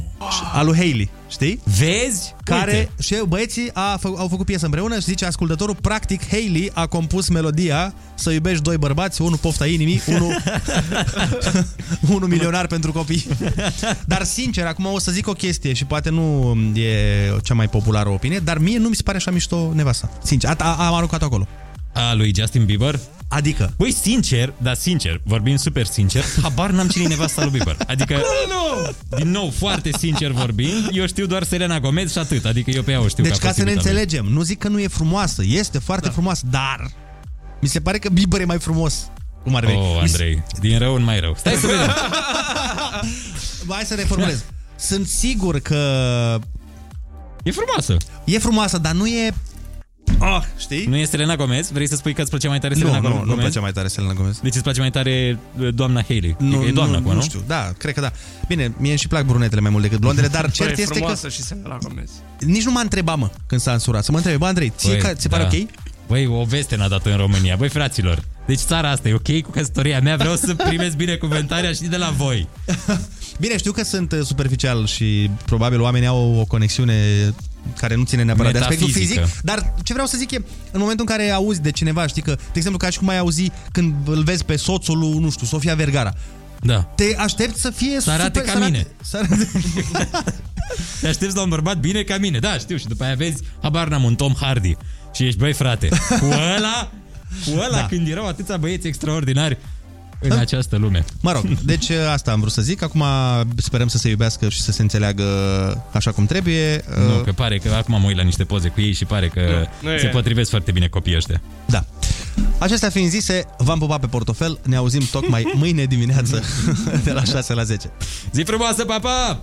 [SPEAKER 6] Al lui Hailey, știi?
[SPEAKER 22] Vezi?
[SPEAKER 6] Care,
[SPEAKER 22] Uite.
[SPEAKER 6] și băieții a fă, au făcut piesă împreună și zice ascultătorul, practic Hailey a compus melodia Să iubești doi bărbați, unul pofta inimii, unul unul milionar pentru copii. Dar sincer, acum o să zic o chestie și poate nu e cea mai populară opinie, dar mie nu mi se pare așa mișto nevasta. Sincer, a, a, am aruncat acolo.
[SPEAKER 7] A lui Justin Bieber?
[SPEAKER 6] Adică?
[SPEAKER 7] Băi, sincer, dar sincer, vorbim super sincer, habar n-am cine e nevasta lui Bieber. Adică,
[SPEAKER 22] Bruno!
[SPEAKER 7] din nou, foarte sincer vorbim, eu știu doar Selena Gomez și atât, adică eu pe ea o știu.
[SPEAKER 6] Deci
[SPEAKER 7] că a
[SPEAKER 6] ca
[SPEAKER 7] fost
[SPEAKER 6] să ne
[SPEAKER 7] iubita lui.
[SPEAKER 6] înțelegem, nu zic că nu e frumoasă, este foarte da. frumoasă, dar mi se pare că Bieber e mai frumos. Cum ar veni?
[SPEAKER 7] Oh,
[SPEAKER 6] Mi se-
[SPEAKER 7] Andrei, din rău în mai rău. Stai să vedem.
[SPEAKER 6] Bă, Hai să reformulez. Sunt sigur că...
[SPEAKER 7] Da. E frumoasă.
[SPEAKER 6] E frumoasă, dar nu e... Oh, știi?
[SPEAKER 7] Nu e Selena Gomez? Vrei să spui că îți place mai tare
[SPEAKER 6] Nu,
[SPEAKER 7] Selena
[SPEAKER 6] nu,
[SPEAKER 7] Gomez?
[SPEAKER 6] nu-mi place mai tare Selena Gomez.
[SPEAKER 7] Deci îți place mai tare uh, doamna Haley?
[SPEAKER 6] Nu,
[SPEAKER 7] e doamna
[SPEAKER 6] nu,
[SPEAKER 7] acum, nu?
[SPEAKER 6] nu știu, da, cred că da. Bine, mie îmi și plac brunetele mai mult decât blondele, dar
[SPEAKER 8] Bă,
[SPEAKER 6] cert
[SPEAKER 8] e
[SPEAKER 6] este că
[SPEAKER 8] frumoasă și se la Gomez.
[SPEAKER 6] nici nu m-a întrebat, mă, când s-a însurat. Să mă întrebe, bă, Andrei, ție
[SPEAKER 7] Băi,
[SPEAKER 6] ca, ți se pare
[SPEAKER 7] da.
[SPEAKER 6] ok?
[SPEAKER 7] Băi, o veste n-a dat în România. Băi, fraților, deci țara asta e ok cu căsătoria mea, vreau să primesc binecuvântarea și de la voi.
[SPEAKER 6] Bine, știu că sunt uh, superficial și probabil oamenii au o conexiune care nu ține neapărat de aspectul
[SPEAKER 7] Metafizică.
[SPEAKER 6] fizic, dar ce vreau să zic e, în momentul în care auzi de cineva, știi că, de exemplu, ca și cum ai auzi când îl vezi pe soțul lui, nu știu, Sofia Vergara.
[SPEAKER 7] Da.
[SPEAKER 6] Te aștepți să fie
[SPEAKER 7] Să arate
[SPEAKER 6] super,
[SPEAKER 7] ca mine.
[SPEAKER 6] Să arate, să arate,
[SPEAKER 7] Te aștepți la un bărbat bine ca mine. Da, știu, și după aia vezi, habar n-am, un Tom Hardy. Și ești, băi, frate, cu ăla, cu ăla,
[SPEAKER 6] Da.
[SPEAKER 7] da. când erau atâția băieți extraordinari în această lume.
[SPEAKER 6] Mă rog, deci uh, asta am vrut să zic. Acum sperăm să se iubească și să se înțeleagă așa cum trebuie. Uh,
[SPEAKER 7] Nu, că pare că acum mă uit la niște poze cu ei și pare că
[SPEAKER 6] Nu, nu
[SPEAKER 7] se
[SPEAKER 6] e.
[SPEAKER 7] potrivesc foarte bine copiii ăștia.
[SPEAKER 6] Da. Acestea fiind zise, v-am pupat pe portofel. Ne auzim tocmai mâine dimineață de la 6 la 10.
[SPEAKER 7] Zi frumoasă, papa! Pa!